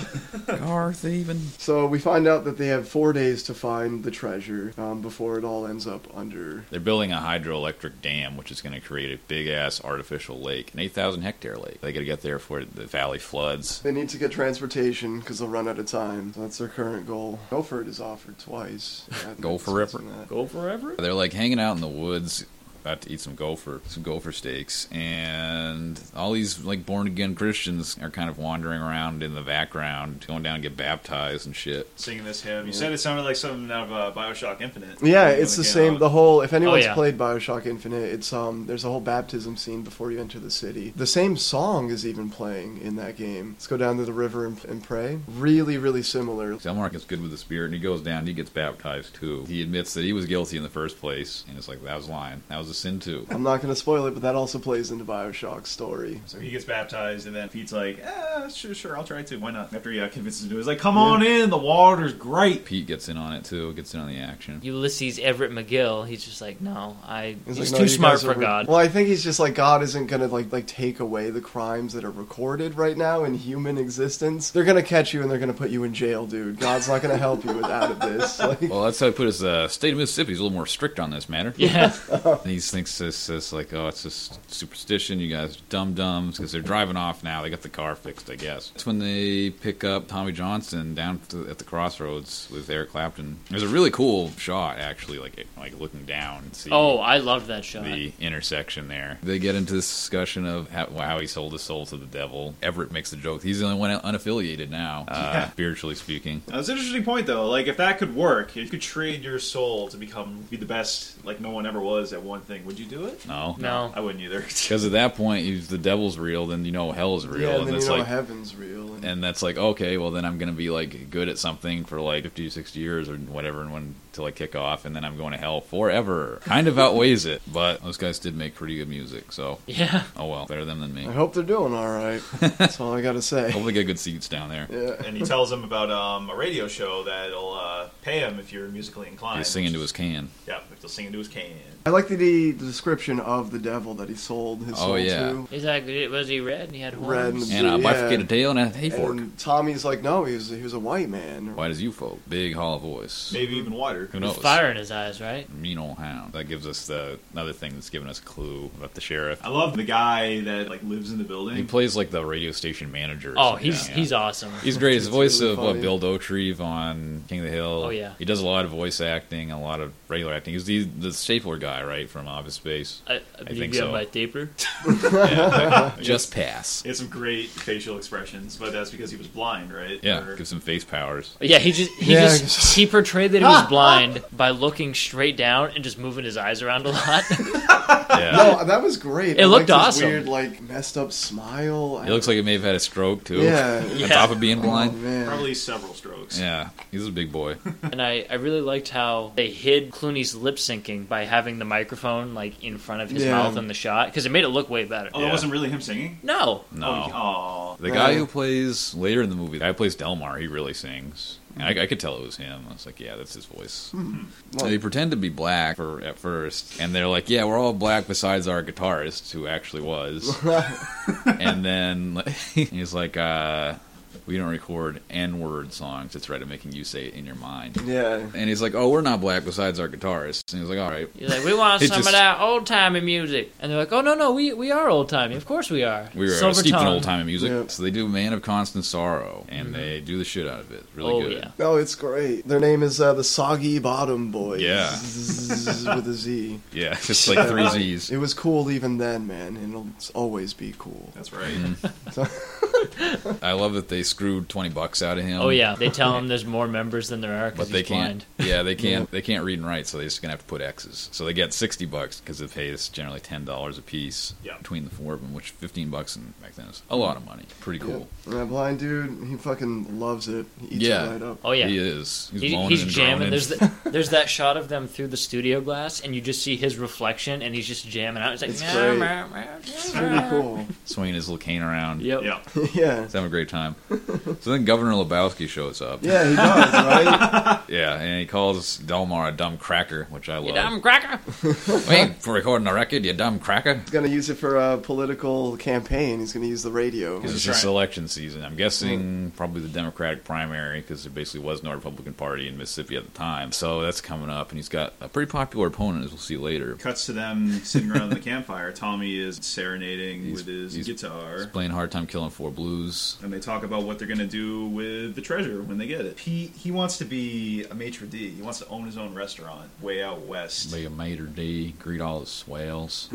Speaker 1: "Car thieving."
Speaker 2: So we find out that they have four days to find the treasure um, before it all ends up under
Speaker 1: They're building a hydroelectric dam, which is going to create a big ass artificial lake, an eight thousand hectare lake. They got to get there before the valley floods.
Speaker 2: They need to get transportation because they'll run out of time. So that's their current goal. Go for it is offered twice. That
Speaker 1: Go
Speaker 2: makes
Speaker 1: for
Speaker 2: sense
Speaker 1: it.
Speaker 2: in that.
Speaker 4: Go forever.
Speaker 1: They're like hanging out in the woods. About to eat some gopher, some gopher steaks, and all these like born again Christians are kind of wandering around in the background, going down and get baptized and shit.
Speaker 3: Singing this hymn. You said it sounded like something out of uh, Bioshock Infinite.
Speaker 2: Yeah,
Speaker 3: When
Speaker 2: it's
Speaker 3: it
Speaker 2: the
Speaker 3: came
Speaker 2: same.
Speaker 3: out.
Speaker 2: The whole if anyone's
Speaker 4: yeah.
Speaker 2: played Bioshock Infinite, it's um there's a whole baptism scene before you enter the city. The same song is even playing in that game. Let's go down to the river and, and pray. Really, really similar.
Speaker 1: Selmark is good with the spirit, and he goes down. and He gets baptized too. He admits that he was guilty in the first place, and it's like that was lying. That was a sin too.
Speaker 2: I'm not gonna spoil it, but that also plays into Bioshock's story.
Speaker 3: So he gets baptized, and then Pete's like, "Ah, sure, sure, I'll try to. Why not?" After he uh, convinces him to, he's like, "Come on in. The water's great."
Speaker 1: Pete gets in on it too. Gets in on the action.
Speaker 4: Ulysses Everett McGill. He's just like, no, I. He's,
Speaker 2: like,
Speaker 4: too
Speaker 2: "No, you
Speaker 4: smart
Speaker 2: guys
Speaker 4: for
Speaker 2: are re-
Speaker 4: God.
Speaker 2: Well, I think he's just like God isn't gonna like like take away the crimes that are recorded right now in human existence. They're gonna catch you and they're gonna put you in jail, dude. God's not gonna help you with- out of this. Like,
Speaker 1: Well, that's how he put his uh, state of Mississippi is a little more strict on this matter.
Speaker 4: Yeah.
Speaker 1: And he he thinks this is like, oh, it's just superstition. You guys are dumb dumbs because they're driving off now. They got the car fixed, I guess. That's when they pick up Tommy Johnson down to, at the crossroads with Eric Clapton. There's a really cool shot actually, like like looking down. And see
Speaker 4: Oh, I loved that shot.
Speaker 1: the intersection there. They get into this discussion of how, how he sold his soul to the devil. Everett makes the joke. He's the only one unaffiliated now, uh,
Speaker 3: Yeah.
Speaker 1: spiritually speaking.
Speaker 3: Now, it's an interesting point, though. Like, if that could work, if you could trade your soul to become be the best, like no one ever was at one thing, would you do it?
Speaker 1: No.
Speaker 4: no.
Speaker 3: I wouldn't either.
Speaker 1: Because at that point, if the devil's real, then you know hell is real.
Speaker 2: yeah, and then
Speaker 1: it's
Speaker 2: you know
Speaker 1: like,
Speaker 2: heaven's real. And,
Speaker 1: and that's like okay well then i'm gonna be like good at something for like 50 60 years or whatever and when till i kick off and then i'm going to hell forever kind of outweighs it but those guys did make pretty good music so
Speaker 4: Yeah.
Speaker 1: oh well better them than me
Speaker 2: I hope they're doing all right. That's all I gotta say.
Speaker 1: hopefully get good seats down there
Speaker 2: Yeah.
Speaker 3: and he tells him about um, a radio show that'll uh, pay him if you're musically inclined.
Speaker 1: he's singing to his can
Speaker 3: Yeah, if they'll sing into his can.
Speaker 2: I like the, the description of the devil that he sold his
Speaker 1: Oh,
Speaker 2: soul
Speaker 1: yeah.
Speaker 2: to.
Speaker 4: Is that good? Was he red and he had horns?
Speaker 2: Red and-
Speaker 1: and a
Speaker 2: Yeah.
Speaker 1: bifurcated tail and a hay fork
Speaker 2: And Tommy's like, no, he was, he was a white man.
Speaker 1: why does you folk big hollow voice
Speaker 3: Maybe even wider.
Speaker 1: who
Speaker 4: With
Speaker 1: knows
Speaker 4: fire in his eyes, right?
Speaker 1: mean old hound that gives us the another thing that's giving us a clue about the sheriff
Speaker 3: I love the guy that like lives in the building.
Speaker 1: he plays like the radio station manager or
Speaker 4: Oh,
Speaker 1: something.
Speaker 4: he's
Speaker 1: Yeah.
Speaker 4: he's awesome. Uh,
Speaker 1: He's great. He's the
Speaker 2: It's
Speaker 1: voice
Speaker 2: really
Speaker 1: of what,
Speaker 2: funny.
Speaker 1: Bill Dotrieve on King of the Hill.
Speaker 4: Oh, yeah.
Speaker 1: He does a lot of voice acting, a lot of regular acting. He's the, the stapler guy, right, from Office Space.
Speaker 4: I, I
Speaker 1: think
Speaker 4: believe you
Speaker 1: so.
Speaker 4: have my taper.
Speaker 2: Uh,
Speaker 1: Just pass.
Speaker 3: He had some great facial expressions, but that's because he was blind, right?
Speaker 1: Yeah,
Speaker 3: Or-
Speaker 1: gives him face powers.
Speaker 4: Yeah, he just he
Speaker 2: Yeah,
Speaker 4: just
Speaker 2: just-
Speaker 4: he portrayed that he was blind by looking straight down and just moving his eyes around a lot.
Speaker 1: Yeah.
Speaker 2: No, that was great.
Speaker 4: It
Speaker 2: I
Speaker 4: looked
Speaker 2: liked his
Speaker 4: awesome.
Speaker 2: Weird, like messed up smile.
Speaker 1: he looks like he may have had a stroke, too.
Speaker 2: Yeah.
Speaker 1: On
Speaker 4: Yeah.
Speaker 1: top of being
Speaker 2: Oh,
Speaker 1: blind.
Speaker 2: man.
Speaker 3: Probably several strokes.
Speaker 1: Yeah, he's a big boy.
Speaker 4: and I, I really liked how they hid Clooney's lip syncing by having the microphone like in front of his
Speaker 2: Yeah.
Speaker 4: mouth in the shot because it made it look way better.
Speaker 3: Oh,
Speaker 1: Yeah.
Speaker 3: that wasn't really him singing?
Speaker 4: No,
Speaker 1: No.
Speaker 3: Oh,
Speaker 1: The guy
Speaker 2: Yeah.
Speaker 1: who plays later in the movie, the guy who plays Delmar, he really sings. And I, I could tell it was him. I was like, yeah, that's his voice.
Speaker 2: Well,
Speaker 1: they pretend to be black for at first, and they're like, "Yeah, we're all black besides our guitarist, who actually was." and then he's like, uh, "We don't record N-word songs. It's right at making you say it in your mind."
Speaker 2: yeah.
Speaker 1: And he's like, "Oh, we're not black besides our guitarist." And he's like, "All right,
Speaker 4: he's like, we want
Speaker 1: It
Speaker 4: some of
Speaker 1: just-
Speaker 4: that old timey music, and they're like, oh no no we we are old timey, of course we are.
Speaker 1: we were
Speaker 4: Silver
Speaker 1: steeped in
Speaker 4: Tongue.
Speaker 1: old time music,
Speaker 2: Yep.
Speaker 1: so they do "Man of Constant Sorrow," and they do the shit out of it. Really
Speaker 4: Oh,
Speaker 1: good.
Speaker 4: yeah.
Speaker 2: No, it's great. Their name is uh, the Soggy Bottom Boys.
Speaker 1: Yeah.
Speaker 2: Zzz, with a Z.
Speaker 1: Yeah, just like three Z's.
Speaker 2: It was cool even then, man, and it'll always be cool.
Speaker 3: that's right.
Speaker 1: Mm-hmm. I love that they screwed twenty bucks out of him.
Speaker 4: Oh yeah, they tell him there's more members than there are
Speaker 1: Um,
Speaker 4: because
Speaker 1: But they
Speaker 4: he's
Speaker 1: can't.
Speaker 4: blind.
Speaker 1: Yeah, they can't. They can't read and write, so they're just gonna have to put X's. So they get sixty bucks because the pay is generally ten dollars a piece
Speaker 3: Yeah.
Speaker 1: between the four of them, which fifteen bucks and back then is a lot of money. Pretty cool.
Speaker 2: Yeah. That blind dude, he fucking loves it. He eats
Speaker 1: Yeah.
Speaker 2: it right up.
Speaker 4: Oh yeah,
Speaker 1: He is. He's,
Speaker 4: He-
Speaker 1: moaning
Speaker 4: he's
Speaker 1: and
Speaker 4: jamming.
Speaker 1: groaning.
Speaker 4: There's the, there's that shot of them through the studio glass, and you just see his reflection, and he's just jamming out. It's like,
Speaker 2: It's
Speaker 4: "Meow,
Speaker 2: great.
Speaker 4: meow, meow,
Speaker 2: It's
Speaker 4: meow,
Speaker 2: pretty
Speaker 4: meow."
Speaker 2: cool.
Speaker 1: swinging his little cane around.
Speaker 4: Yep.
Speaker 3: Yeah.
Speaker 2: yeah.
Speaker 1: He's having a great time. so then Governor Lebowski shows up.
Speaker 2: Yeah, he does, right?
Speaker 1: Yeah, and he calls Delmar a dumb cracker, which I
Speaker 4: You
Speaker 1: love.
Speaker 4: dumb cracker.
Speaker 1: Wait, for recording a record, you dumb cracker.
Speaker 2: He's going to use it for a political campaign. He's going to use the radio.
Speaker 1: Because it's
Speaker 3: That's
Speaker 1: this
Speaker 3: right.
Speaker 1: election season. I'm guessing probably the Democratic primary because there basically was no Republican Party in Mississippi at the time. So that's coming up, and he's got a pretty popular opponent, as we'll see later.
Speaker 3: Cuts to them sitting around the campfire. Tommy is serenading
Speaker 1: He's-
Speaker 3: with his
Speaker 1: he's-
Speaker 3: guitar.
Speaker 1: He's playing Hard Time Killing Four Blues.
Speaker 3: and they talk about what they're going to do with the treasure when they get it. He he wants to be a maitre d. He wants to own his own restaurant way out west.
Speaker 1: Be a mater D, greet all his swales.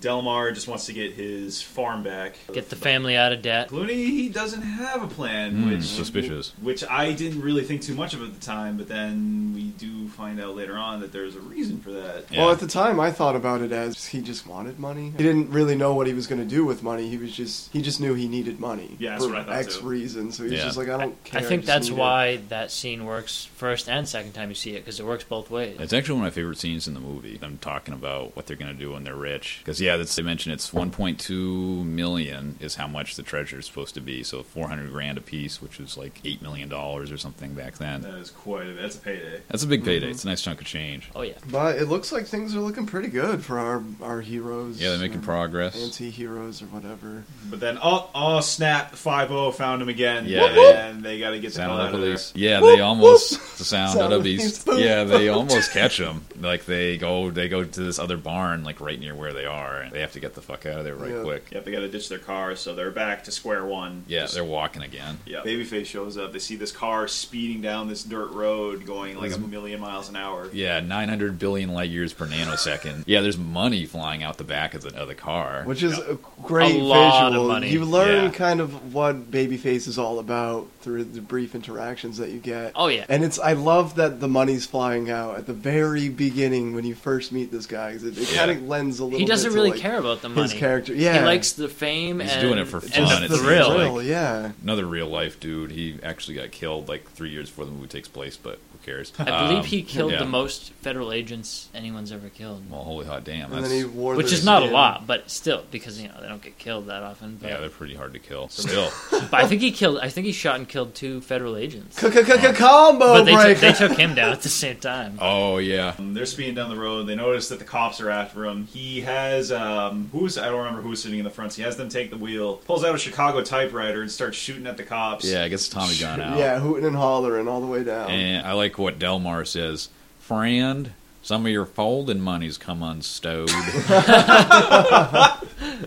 Speaker 3: Delmar just wants to get his farm back.
Speaker 4: Get the family out of debt.
Speaker 3: Clooney he doesn't have a plan,
Speaker 1: Hmm,
Speaker 3: which
Speaker 1: suspicious.
Speaker 3: Which I didn't really think too much of at the time, but then we do find out later on that there's a reason for that.
Speaker 2: Well,
Speaker 1: Yeah.
Speaker 2: at the time, I thought about it as he just wanted money. He didn't really know what he was going to do with money. He was just he just knew he needed money
Speaker 3: Yeah, that's
Speaker 2: for
Speaker 3: what I thought,
Speaker 2: X
Speaker 3: too.
Speaker 2: reason. So he was
Speaker 1: Yeah.
Speaker 2: just like, I don't
Speaker 4: I
Speaker 2: care.
Speaker 4: think
Speaker 2: just
Speaker 4: that's
Speaker 2: need it."
Speaker 4: why that scene works first and second time you see it because it works both ways.
Speaker 1: It's actually one of my favorite scenes in the movie. Them talking about what they're going to do when they're rich. Because yeah, that's, they mentioned it's 1.2 million is how much the treasure is supposed to be. So 400 grand a piece, which was like eight million dollars or something back then.
Speaker 3: That is quite a that's a payday.
Speaker 1: That's a big payday. It's a nice chunk of change.
Speaker 4: Oh yeah,
Speaker 2: But it looks like things are looking pretty good for our our heroes.
Speaker 1: Yeah, they're making progress.
Speaker 2: Anti-heroes or whatever.
Speaker 3: But then oh oh snap, five zero found him again.
Speaker 1: Yeah.
Speaker 3: and they got to get the hell
Speaker 1: Sound of
Speaker 3: out
Speaker 1: the
Speaker 3: of there.
Speaker 1: police. Yeah, they almost the sound
Speaker 2: Sound
Speaker 1: of
Speaker 2: of
Speaker 1: the beast.
Speaker 2: police.
Speaker 1: Yeah, they almost catch him. Like they go, they go to this other barn, like right near where they are, and they have to get the fuck out of there right
Speaker 2: Yeah.
Speaker 1: quick.
Speaker 3: Yep, they got to ditch their car, so they're back to square one.
Speaker 1: Yeah,
Speaker 3: Just-
Speaker 1: they're walking again.
Speaker 3: yeah. Babyface shows up. They see this car speeding down this dirt road, going like a
Speaker 1: Mm-hmm.
Speaker 3: million miles an hour.
Speaker 1: Yeah, 900 billion light years per nanosecond. Yeah, there's money flying out the back of the, of the car.
Speaker 2: Which is a great
Speaker 4: A lot of
Speaker 2: visual.
Speaker 4: money.
Speaker 2: You learn
Speaker 1: Yeah.
Speaker 2: kind of what Babyface is all about through the brief interactions that you get.
Speaker 4: Oh, yeah.
Speaker 2: And it's I love that the money's flying out at the very beginning when you first meet this guy. 'cause It, it
Speaker 1: Yeah.
Speaker 2: kind of lends a little.
Speaker 4: He doesn't
Speaker 2: bit to,
Speaker 4: really
Speaker 2: like,
Speaker 4: care about the money.
Speaker 2: his character. Yeah,
Speaker 4: He likes the fame
Speaker 1: He's
Speaker 4: and
Speaker 1: doing it for
Speaker 4: and
Speaker 1: fun,
Speaker 4: the
Speaker 1: it
Speaker 2: the
Speaker 1: seems
Speaker 4: thrill.
Speaker 1: like.
Speaker 2: thrill, yeah.
Speaker 1: Another real life dude. He actually got killed like three years before the movie takes place, but who cares?
Speaker 4: I believe
Speaker 1: Um,
Speaker 4: he killed
Speaker 1: yeah.
Speaker 4: the most federal agents anyone's ever killed,
Speaker 1: Well, holy hot damn.
Speaker 2: And
Speaker 1: That's,
Speaker 2: then he wore
Speaker 4: which
Speaker 2: the
Speaker 4: is not a
Speaker 2: skin.
Speaker 4: lot, but still, because you know they don't get killed that often. But,
Speaker 1: yeah, they're pretty hard to kill. Still.
Speaker 4: but I think he killed. I think he shot and killed two federal agents.
Speaker 2: Combo
Speaker 4: But they, took
Speaker 2: breaker.
Speaker 4: they took him down at the same time.
Speaker 1: oh, yeah.
Speaker 3: Um, They're speeding down the road. They notice that the cops are after him. He has um, who's I don't remember who's sitting in the front. So he has them take the wheel, pulls out a Chicago typewriter, and starts shooting at the cops.
Speaker 1: Yeah, I guess Tommy gun out.
Speaker 2: Yeah, hooting and hollering all the way down.
Speaker 1: And I like what Delmar says. Friend, some of your folding money's come unstowed.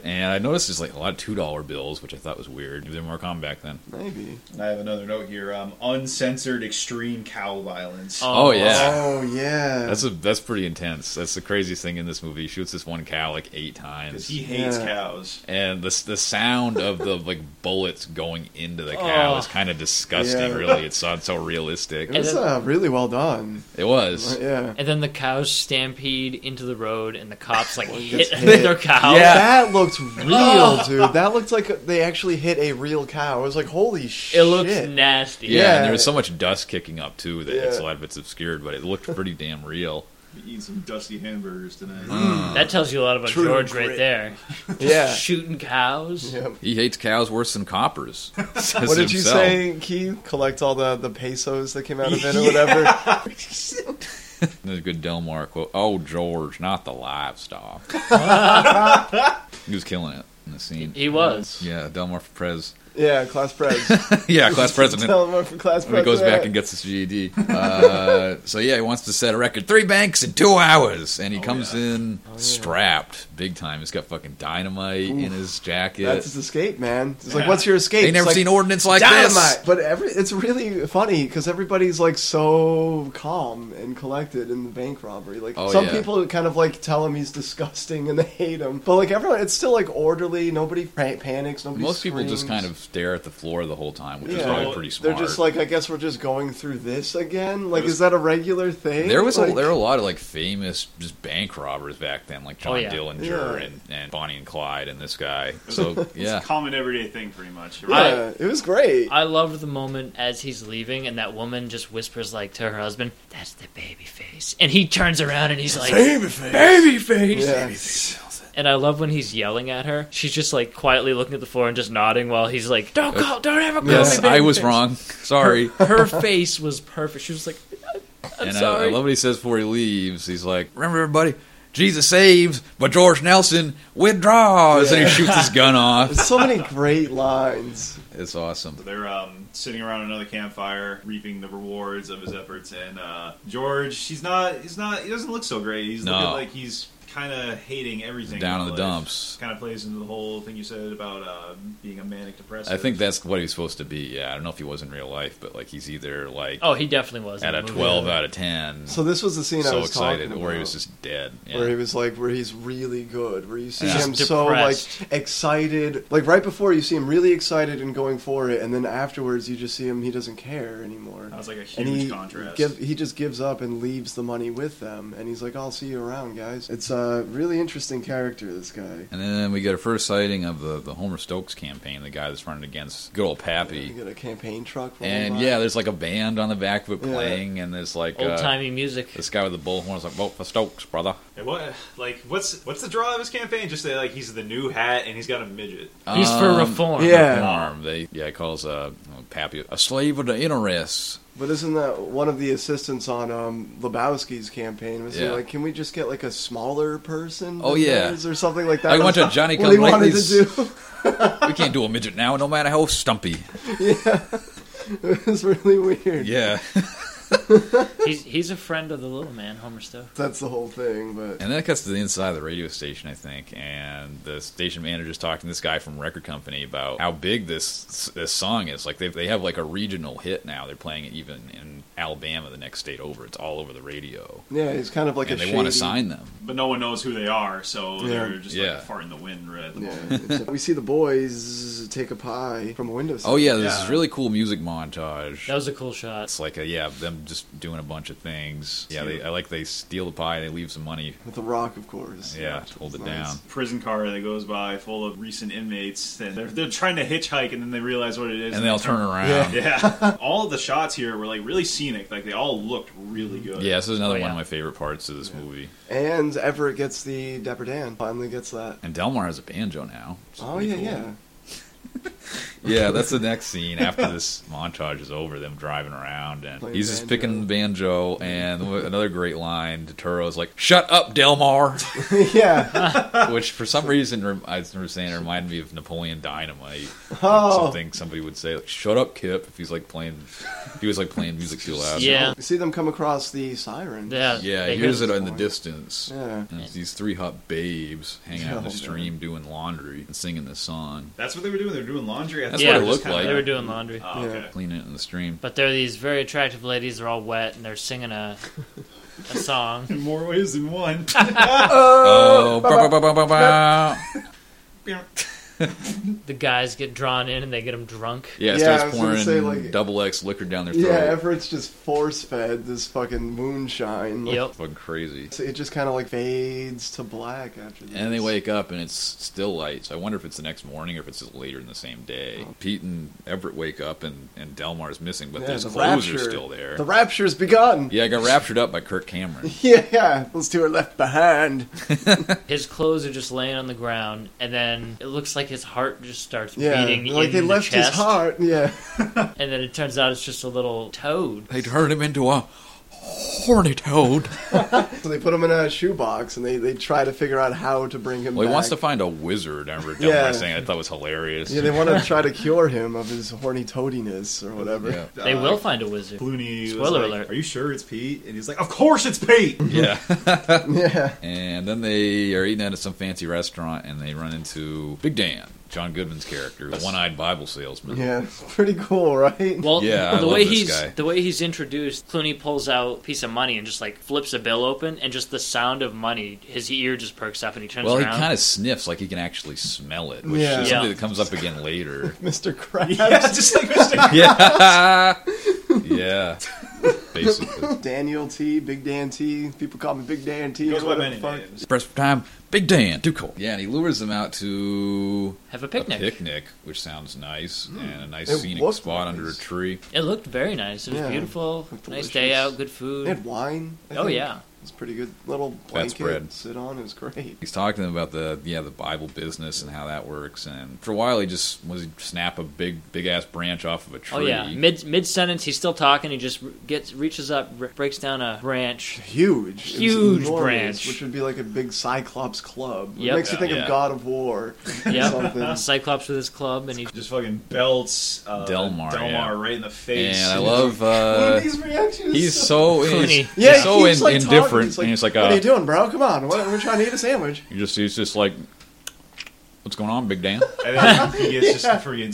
Speaker 1: and I noticed there's like a lot of two dollar bills, which I thought was weird. They were more common back then.
Speaker 2: Maybe.
Speaker 3: And I have another note here: um, uncensored extreme cow violence.
Speaker 1: Oh, yeah.
Speaker 2: Oh yeah.
Speaker 1: That's a that's pretty intense. That's the craziest thing in this movie. He shoots this one cow like eight
Speaker 3: 'Cause
Speaker 1: times.
Speaker 3: he hates
Speaker 2: Yeah.
Speaker 3: cows.
Speaker 1: and the the sound of the like bullets going into the cow
Speaker 4: Oh.
Speaker 1: is kind of disgusting.
Speaker 2: Yeah.
Speaker 1: Really, it sounds so realistic.
Speaker 2: it was
Speaker 4: and
Speaker 2: uh, really well done.
Speaker 1: It was.
Speaker 2: Yeah.
Speaker 4: And then the cows stampede into the road, and the cops like hit
Speaker 2: gets hit.
Speaker 4: their cows.
Speaker 2: That looked real,
Speaker 1: Oh.
Speaker 2: dude. That looked like they actually hit a real cow. I was like, holy shit.
Speaker 4: It looks nasty.
Speaker 1: Yeah, and there was
Speaker 2: Yeah.
Speaker 1: so much dust kicking up too that it's a
Speaker 2: Yeah.
Speaker 1: lot of it's obscured, but it looked pretty damn real.
Speaker 3: Eat some dusty hamburgers tonight.
Speaker 1: Mm,
Speaker 2: Mm.
Speaker 4: That tells you a lot about
Speaker 2: True
Speaker 4: George right
Speaker 2: grit.
Speaker 4: there.
Speaker 2: Yeah.
Speaker 4: Shooting cows.
Speaker 2: Yep.
Speaker 1: He hates cows worse than coppers. says
Speaker 2: What did you
Speaker 1: himself.
Speaker 2: say, Keith? Collect all the, the pesos that came out of it or
Speaker 3: Yeah.
Speaker 2: whatever?
Speaker 1: There's a good Delmar quote. Oh, George, not the livestock. he was killing it in the scene.
Speaker 4: He was.
Speaker 1: Yeah, Delmar for Prez.
Speaker 2: Yeah, class prez.
Speaker 1: yeah, class president.
Speaker 2: Tell them for class
Speaker 1: When he
Speaker 2: president.
Speaker 1: goes back and gets his GED. Uh, so yeah, he wants to set a record: three banks in two hours, and he
Speaker 2: Oh,
Speaker 1: comes in strapped, big time. He's got fucking dynamite in his jacket.
Speaker 2: That's his escape, man. It's like,
Speaker 3: Yeah.
Speaker 2: what's your escape?
Speaker 1: they never
Speaker 2: it's
Speaker 1: seen
Speaker 2: like,
Speaker 1: ordinance like
Speaker 2: dynamite.
Speaker 1: this.
Speaker 2: But every it's really funny because everybody's like so calm and collected in the bank robbery. Like
Speaker 1: Oh,
Speaker 2: some
Speaker 1: yeah.
Speaker 2: people kind of like tell him he's disgusting and they hate him, but like everyone, it's still like orderly. Nobody pa- panics. Nobody.
Speaker 1: Most people just
Speaker 2: screams.
Speaker 1: kind of stare at the floor the whole time, which is
Speaker 2: Yeah.
Speaker 1: probably pretty smart.
Speaker 2: They're just like, I guess we're just going through this again. Like,
Speaker 3: was-
Speaker 2: is that a regular thing?
Speaker 1: there was a,
Speaker 2: like,
Speaker 1: there were a lot of like famous just bank robbers back then, like John
Speaker 4: Oh, yeah.
Speaker 1: Dillinger
Speaker 2: Yeah.
Speaker 1: and, and Bonnie and Clyde and this guy. So yeah,
Speaker 3: It's a common everyday thing, pretty much.
Speaker 2: Yeah, it was great.
Speaker 4: I loved the moment as he's leaving, and that woman just whispers like to her husband, "That's the baby face," and he turns around and he's like,
Speaker 1: baby face.
Speaker 2: Yeah.
Speaker 4: and I love when he's yelling at her. She's just like quietly looking at the floor and just nodding while he's like, "Don't call, don't ever call
Speaker 1: Yes,
Speaker 4: me." Baby
Speaker 1: I was
Speaker 4: face."
Speaker 1: wrong. Sorry.
Speaker 4: Her face was perfect. She was like, "I'm
Speaker 1: and I- I,
Speaker 4: sorry."
Speaker 1: love what he says before he leaves. He's like, "Remember, everybody, Jesus saves, but George Nelson withdraws." And he shoots his gun off.
Speaker 2: There's so many great lines.
Speaker 1: It's awesome.
Speaker 3: They're um, sitting around another campfire, reaping the rewards of his efforts. And uh, George, he's not, he's not, he doesn't look so great. He's
Speaker 1: No.
Speaker 3: looking like he's kind of hating everything.
Speaker 1: Down in the dumps.
Speaker 3: Kind of plays into the whole thing you said about uh, being a manic depressive.
Speaker 1: I think that's what he was supposed to be. Yeah, I don't know if he was in real life, but like he's either like
Speaker 4: oh, he definitely was in
Speaker 1: at
Speaker 4: the
Speaker 1: a
Speaker 4: movie.
Speaker 1: twelve out of ten,
Speaker 2: So this was the scene I
Speaker 1: so
Speaker 2: was
Speaker 1: excited,
Speaker 2: talking about.
Speaker 1: or he was just dead. Yeah.
Speaker 2: where he was like where he's really good where you see
Speaker 1: Yeah.
Speaker 2: him
Speaker 4: Just
Speaker 2: so like
Speaker 4: depressed.
Speaker 2: excited like right before you see him really excited and going for it and then afterwards you just see him he doesn't care anymore
Speaker 1: Oh,
Speaker 3: that was like a huge
Speaker 2: and he
Speaker 3: contrast.
Speaker 2: give, he just gives up and leaves the money with them and he's like i'll see you around guys it's a really interesting character this guy
Speaker 1: And then we get a first sighting of the, the Homer Stokes campaign, the guy that's running against good old
Speaker 2: you
Speaker 1: Pappy.
Speaker 2: get a campaign truck rolling
Speaker 1: And
Speaker 2: by.
Speaker 1: yeah, there's like a band on the back of it
Speaker 2: Yeah.
Speaker 1: playing, and there's like
Speaker 4: Old
Speaker 1: uh,
Speaker 4: timey music.
Speaker 1: this guy with the bullhorn is like, "Vote for Stokes, brother."
Speaker 3: And what, like, what's what's the draw of his campaign? Just that, like, he's the new hat and he's got a midget.
Speaker 4: He's for
Speaker 1: Um,
Speaker 4: reform.
Speaker 2: yeah.
Speaker 1: Farm. They yeah, he calls uh Pappy a slave of the interests.
Speaker 2: but isn't that one of the assistants on um, lebowski's campaign was he
Speaker 1: Yeah.
Speaker 2: like can we just get like a smaller person
Speaker 1: Oh,
Speaker 2: with
Speaker 1: yeah.
Speaker 2: those or something like that
Speaker 1: I
Speaker 2: That
Speaker 1: want
Speaker 2: was
Speaker 1: a Johnny
Speaker 2: what he
Speaker 1: Come
Speaker 2: wanted to
Speaker 1: Latelys.
Speaker 2: do
Speaker 1: We can't do a midget now, no matter how stumpy.
Speaker 2: It was really weird.
Speaker 1: Yeah.
Speaker 4: he's he's a friend of the little man, Homer Stowe.
Speaker 2: That's the whole thing, but
Speaker 1: And that cuts to the inside of the radio station, I think. And the station manager's talking to this guy from record company about how big this this song is. Like they they have like a regional hit now. They're playing it even in Alabama, the next state over. It's all over the radio,
Speaker 2: yeah, it's kind of like
Speaker 1: and
Speaker 2: a
Speaker 1: they want to
Speaker 2: shady-
Speaker 1: sign them.
Speaker 3: But no one knows who they are, so
Speaker 2: Yeah.
Speaker 3: they're just
Speaker 1: Yeah.
Speaker 3: like a fart in the wind right at the
Speaker 2: Yeah,
Speaker 3: moment.
Speaker 2: it's- we see the boys take a pie from a window.
Speaker 1: Oh yeah, there's
Speaker 3: Yeah.
Speaker 1: this really cool music montage.
Speaker 4: That was a cool shot.
Speaker 1: it's like a, yeah, them just doing a bunch of things. Yeah, they,
Speaker 3: Cute.
Speaker 1: I like they steal the pie, they leave some money.
Speaker 2: with the rock, of course.
Speaker 1: Yeah,
Speaker 2: Which
Speaker 1: to hold
Speaker 2: was
Speaker 1: it
Speaker 2: nice.
Speaker 1: down.
Speaker 3: Prison car that goes by full of recent inmates, and they're, they're trying to hitchhike, and then they realize what it is,
Speaker 1: And they'll turn around. Yeah,
Speaker 3: Yeah, all of the shots here were like really scenic. Like they all looked really good.
Speaker 1: this is another
Speaker 4: Oh,
Speaker 1: one
Speaker 4: yeah.
Speaker 1: of my favorite parts of this movie.
Speaker 2: And Everett gets the Dapper Dan. Finally gets that.
Speaker 1: And Delmar has a banjo now. which is
Speaker 2: Oh
Speaker 1: pretty
Speaker 2: yeah,
Speaker 1: cool.
Speaker 2: yeah.
Speaker 1: Yeah, that's the next scene after this montage is over, them driving around, and
Speaker 2: Playing
Speaker 1: he's just
Speaker 2: banjo.
Speaker 1: picking the banjo. And wh- another great line, Totoro's like, "Shut up, Delmar,"
Speaker 2: yeah.
Speaker 1: which for some reason rem- I remember saying it reminded me of Napoleon Dynamite.
Speaker 2: Oh.
Speaker 1: Something somebody would say, like, "Shut up, Kip," if he's like playing, if he was like playing music too loud.
Speaker 4: Yeah,
Speaker 2: You see them come across the siren.
Speaker 4: yeah,
Speaker 1: yeah,
Speaker 4: they
Speaker 1: he hears
Speaker 4: heard-
Speaker 1: it in the distance.
Speaker 2: Yeah.
Speaker 1: And it's these three hot babes hanging out in
Speaker 2: Oh,
Speaker 1: the
Speaker 2: man.
Speaker 1: stream doing laundry and singing this song,
Speaker 3: That's what they were doing. They were doing laundry. I
Speaker 1: That's
Speaker 3: thought
Speaker 4: what
Speaker 3: they
Speaker 4: it
Speaker 3: just
Speaker 1: looked
Speaker 3: kinda-
Speaker 1: like.
Speaker 4: They were doing laundry.
Speaker 3: Oh, okay.
Speaker 1: cleaning it in the stream.
Speaker 4: But they're these very attractive ladies. They're all wet and they're singing a a song.
Speaker 3: In more ways than one.
Speaker 1: Oh, ba- ba- ba- ba- ba.
Speaker 4: The guys get drawn in and they get them drunk.
Speaker 1: Yeah, it
Speaker 2: Yeah, I
Speaker 1: starts
Speaker 2: was gonna
Speaker 1: pouring
Speaker 2: say, like-
Speaker 1: double X liquor down their throat.
Speaker 2: Yeah, Everett's just force fed this fucking moonshine.
Speaker 4: Yep.
Speaker 1: Fucking crazy.
Speaker 2: So it just kind of like fades to black after this.
Speaker 1: And they wake up and it's still light. So I wonder if it's the next morning or if it's later in the same day. Pete and Everett wake up and, and Delmar's missing, but
Speaker 2: Oh. Yeah,
Speaker 1: his
Speaker 2: the
Speaker 1: clothes
Speaker 2: rapture.
Speaker 1: are still there.
Speaker 2: The rapture's begun.
Speaker 1: yeah, I got raptured up by Kirk Cameron.
Speaker 2: Yeah, yeah. Those two are left behind.
Speaker 4: His clothes are just laying on the ground, and then it looks like his heart just starts
Speaker 2: Yeah,
Speaker 4: beating
Speaker 2: like
Speaker 4: in
Speaker 2: they
Speaker 4: the
Speaker 2: left
Speaker 4: chest,
Speaker 2: his heart. Yeah,
Speaker 4: And then it turns out it's just a little toad.
Speaker 1: They turned him into a horny toad.
Speaker 2: so they put him in a shoebox and they, they try to figure out how to bring him.
Speaker 1: Well,
Speaker 2: back.
Speaker 1: he wants to find a wizard. I remember Delmar
Speaker 2: Yeah.
Speaker 1: saying I thought it was hilarious.
Speaker 2: Yeah, they want to try to cure him of his horny toadiness or whatever.
Speaker 1: Yeah.
Speaker 4: They will find a wizard.
Speaker 3: Clooney.
Speaker 4: Spoiler
Speaker 3: was like,
Speaker 4: alert.
Speaker 3: Are you sure it's Pete? And he's like, Of course it's Pete.
Speaker 1: yeah.
Speaker 2: Yeah.
Speaker 1: And then they are eating out at some fancy restaurant and they run into Big Dan, John Goodman's character, the one eyed Bible salesman.
Speaker 2: Yeah, it's pretty cool, right?
Speaker 4: Well,
Speaker 1: Yeah, I
Speaker 4: the
Speaker 1: love
Speaker 4: way
Speaker 1: this
Speaker 4: he's
Speaker 1: guy.
Speaker 4: the way he's introduced, Clooney pulls out a piece of money and just like flips a bill open, and just the sound of money, his ear just perks up, and he turns
Speaker 1: Well, he
Speaker 4: around.
Speaker 1: kind of sniffs like he can actually smell it, which
Speaker 2: Yeah.
Speaker 1: is something
Speaker 4: Yeah.
Speaker 1: that comes up again later.
Speaker 2: Mr. Krabs.
Speaker 3: yeah, just like Mr.
Speaker 1: yeah. yeah. Basically.
Speaker 2: Daniel T, Big Dan T. People call me Big Dan T.
Speaker 3: He goes by
Speaker 2: whatever
Speaker 3: many
Speaker 2: the fuck.
Speaker 3: names.
Speaker 1: Press for time. Big Dan, too cold. Yeah, and he lures them out to
Speaker 4: Have a picnic.
Speaker 1: a picnic, which sounds nice, and a nice
Speaker 2: Mm. It
Speaker 1: scenic
Speaker 2: looked
Speaker 1: spot
Speaker 2: nice.
Speaker 1: under a tree.
Speaker 4: It looked very nice. It was
Speaker 2: Yeah.
Speaker 4: beautiful.
Speaker 2: Looked
Speaker 4: Nice day
Speaker 2: delicious.
Speaker 4: out. Good food.
Speaker 2: They had wine. I
Speaker 4: oh
Speaker 2: think.
Speaker 4: yeah.
Speaker 2: It was a pretty good little blanket
Speaker 1: spread.
Speaker 2: to sit on. It was great.
Speaker 1: He's talking to them about the yeah the Bible business and how that works, and for a while he just was snap a big big ass branch off of a tree.
Speaker 4: Oh yeah. Mid mid sentence, he's still talking. He just r- gets reaches up, r- breaks down a branch.
Speaker 2: Huge. It was
Speaker 4: Huge
Speaker 2: enormous,
Speaker 4: branch.
Speaker 2: Which would be like a big Cyclops club. It
Speaker 4: Yep.
Speaker 2: makes you think
Speaker 1: Yeah. Uh,
Speaker 2: of God of War.
Speaker 4: Yeah.
Speaker 2: Something.
Speaker 4: Cyclops with his club, and he
Speaker 3: Just fucking belts uh,
Speaker 1: Delmar,
Speaker 3: Delmar
Speaker 1: yeah.
Speaker 3: right in the face.
Speaker 1: and I love uh,
Speaker 2: These reactions.
Speaker 1: He's so
Speaker 4: Clooney.
Speaker 1: he's,
Speaker 2: Yeah,
Speaker 1: he's so
Speaker 2: he's,
Speaker 1: in,
Speaker 2: like, talking.
Speaker 1: indifferent,
Speaker 2: He's like,
Speaker 1: and he's like,
Speaker 2: What are
Speaker 1: uh,
Speaker 2: you doing, bro? Come on. What, we're trying to eat a sandwich.
Speaker 1: he just he's just like, what's going on, Big Dan?
Speaker 3: And then he gets just freaking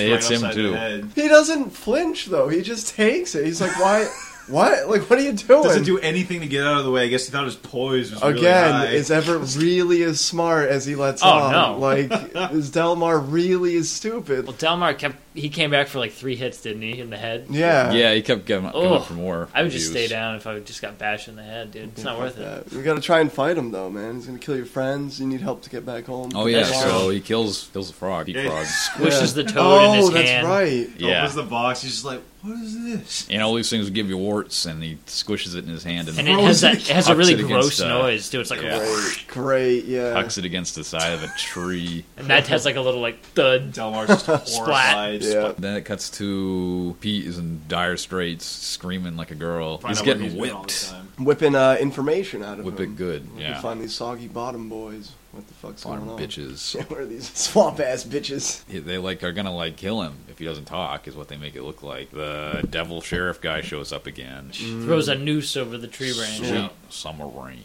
Speaker 1: And it
Speaker 3: right
Speaker 1: hits him,
Speaker 3: upside the
Speaker 1: too.
Speaker 3: head.
Speaker 2: He doesn't flinch though. He just takes it. He's like, "Why? what? Like, what are you doing?"
Speaker 3: Doesn't do anything to get out of the way. I guess he thought his poise was really
Speaker 2: Again,
Speaker 3: high.
Speaker 2: is Everett really as smart as he lets
Speaker 4: Oh,
Speaker 2: on?
Speaker 4: no.
Speaker 2: Like, is Delmar really as stupid?
Speaker 4: well, Delmar kept. He came back for like three hits, didn't he? In the head.
Speaker 2: Yeah.
Speaker 1: yeah, he kept going, going
Speaker 4: Oh,
Speaker 1: for more.
Speaker 4: I would just
Speaker 1: reviews.
Speaker 4: stay down if I just got bashed in the head, dude. It's not worth it.
Speaker 2: Yeah. We gotta try and fight him though, man. He's gonna kill your friends. You need help to get back home.
Speaker 1: Oh yeah,
Speaker 4: That's
Speaker 1: so
Speaker 4: true.
Speaker 1: he kills kills the frog. He
Speaker 3: Yeah.
Speaker 1: frogs.
Speaker 4: Squishes the toad
Speaker 2: oh,
Speaker 4: in his
Speaker 2: that's
Speaker 4: hand.
Speaker 2: right.
Speaker 1: Yeah.
Speaker 3: Opens the box. He's just like, what is this?
Speaker 1: And all these things give you warts, and he squishes it in his hand and,
Speaker 4: And it has that. It has a
Speaker 1: Hucks
Speaker 4: really
Speaker 1: it against,
Speaker 4: gross
Speaker 1: uh,
Speaker 4: noise, dude. It's like,
Speaker 1: yeah.
Speaker 4: a,
Speaker 2: Great, great, yeah.
Speaker 1: hucks it against the side of a tree.
Speaker 4: and that has like a little like thud.
Speaker 3: Delmar's just horrified.
Speaker 2: Yeah.
Speaker 1: Then it cuts to Pete is in dire straits, screaming like a girl.
Speaker 3: Find
Speaker 1: he's
Speaker 3: out where
Speaker 1: getting
Speaker 3: been all
Speaker 1: whipped.
Speaker 3: the time.
Speaker 2: Whipping uh, information out of
Speaker 1: Whip
Speaker 2: him.
Speaker 1: it good.
Speaker 2: We can
Speaker 1: Yeah.
Speaker 2: find these soggy bottom boys. what the fuck's
Speaker 1: lot
Speaker 2: going
Speaker 1: of
Speaker 2: on?
Speaker 1: bitches.
Speaker 2: Yeah, what are these swamp ass bitches?
Speaker 1: Yeah, They like are gonna like kill him if he doesn't talk, is what they make it look like. The devil sheriff guy shows up again.
Speaker 4: Throws a noose over the tree branch.
Speaker 1: Sweet summer rain,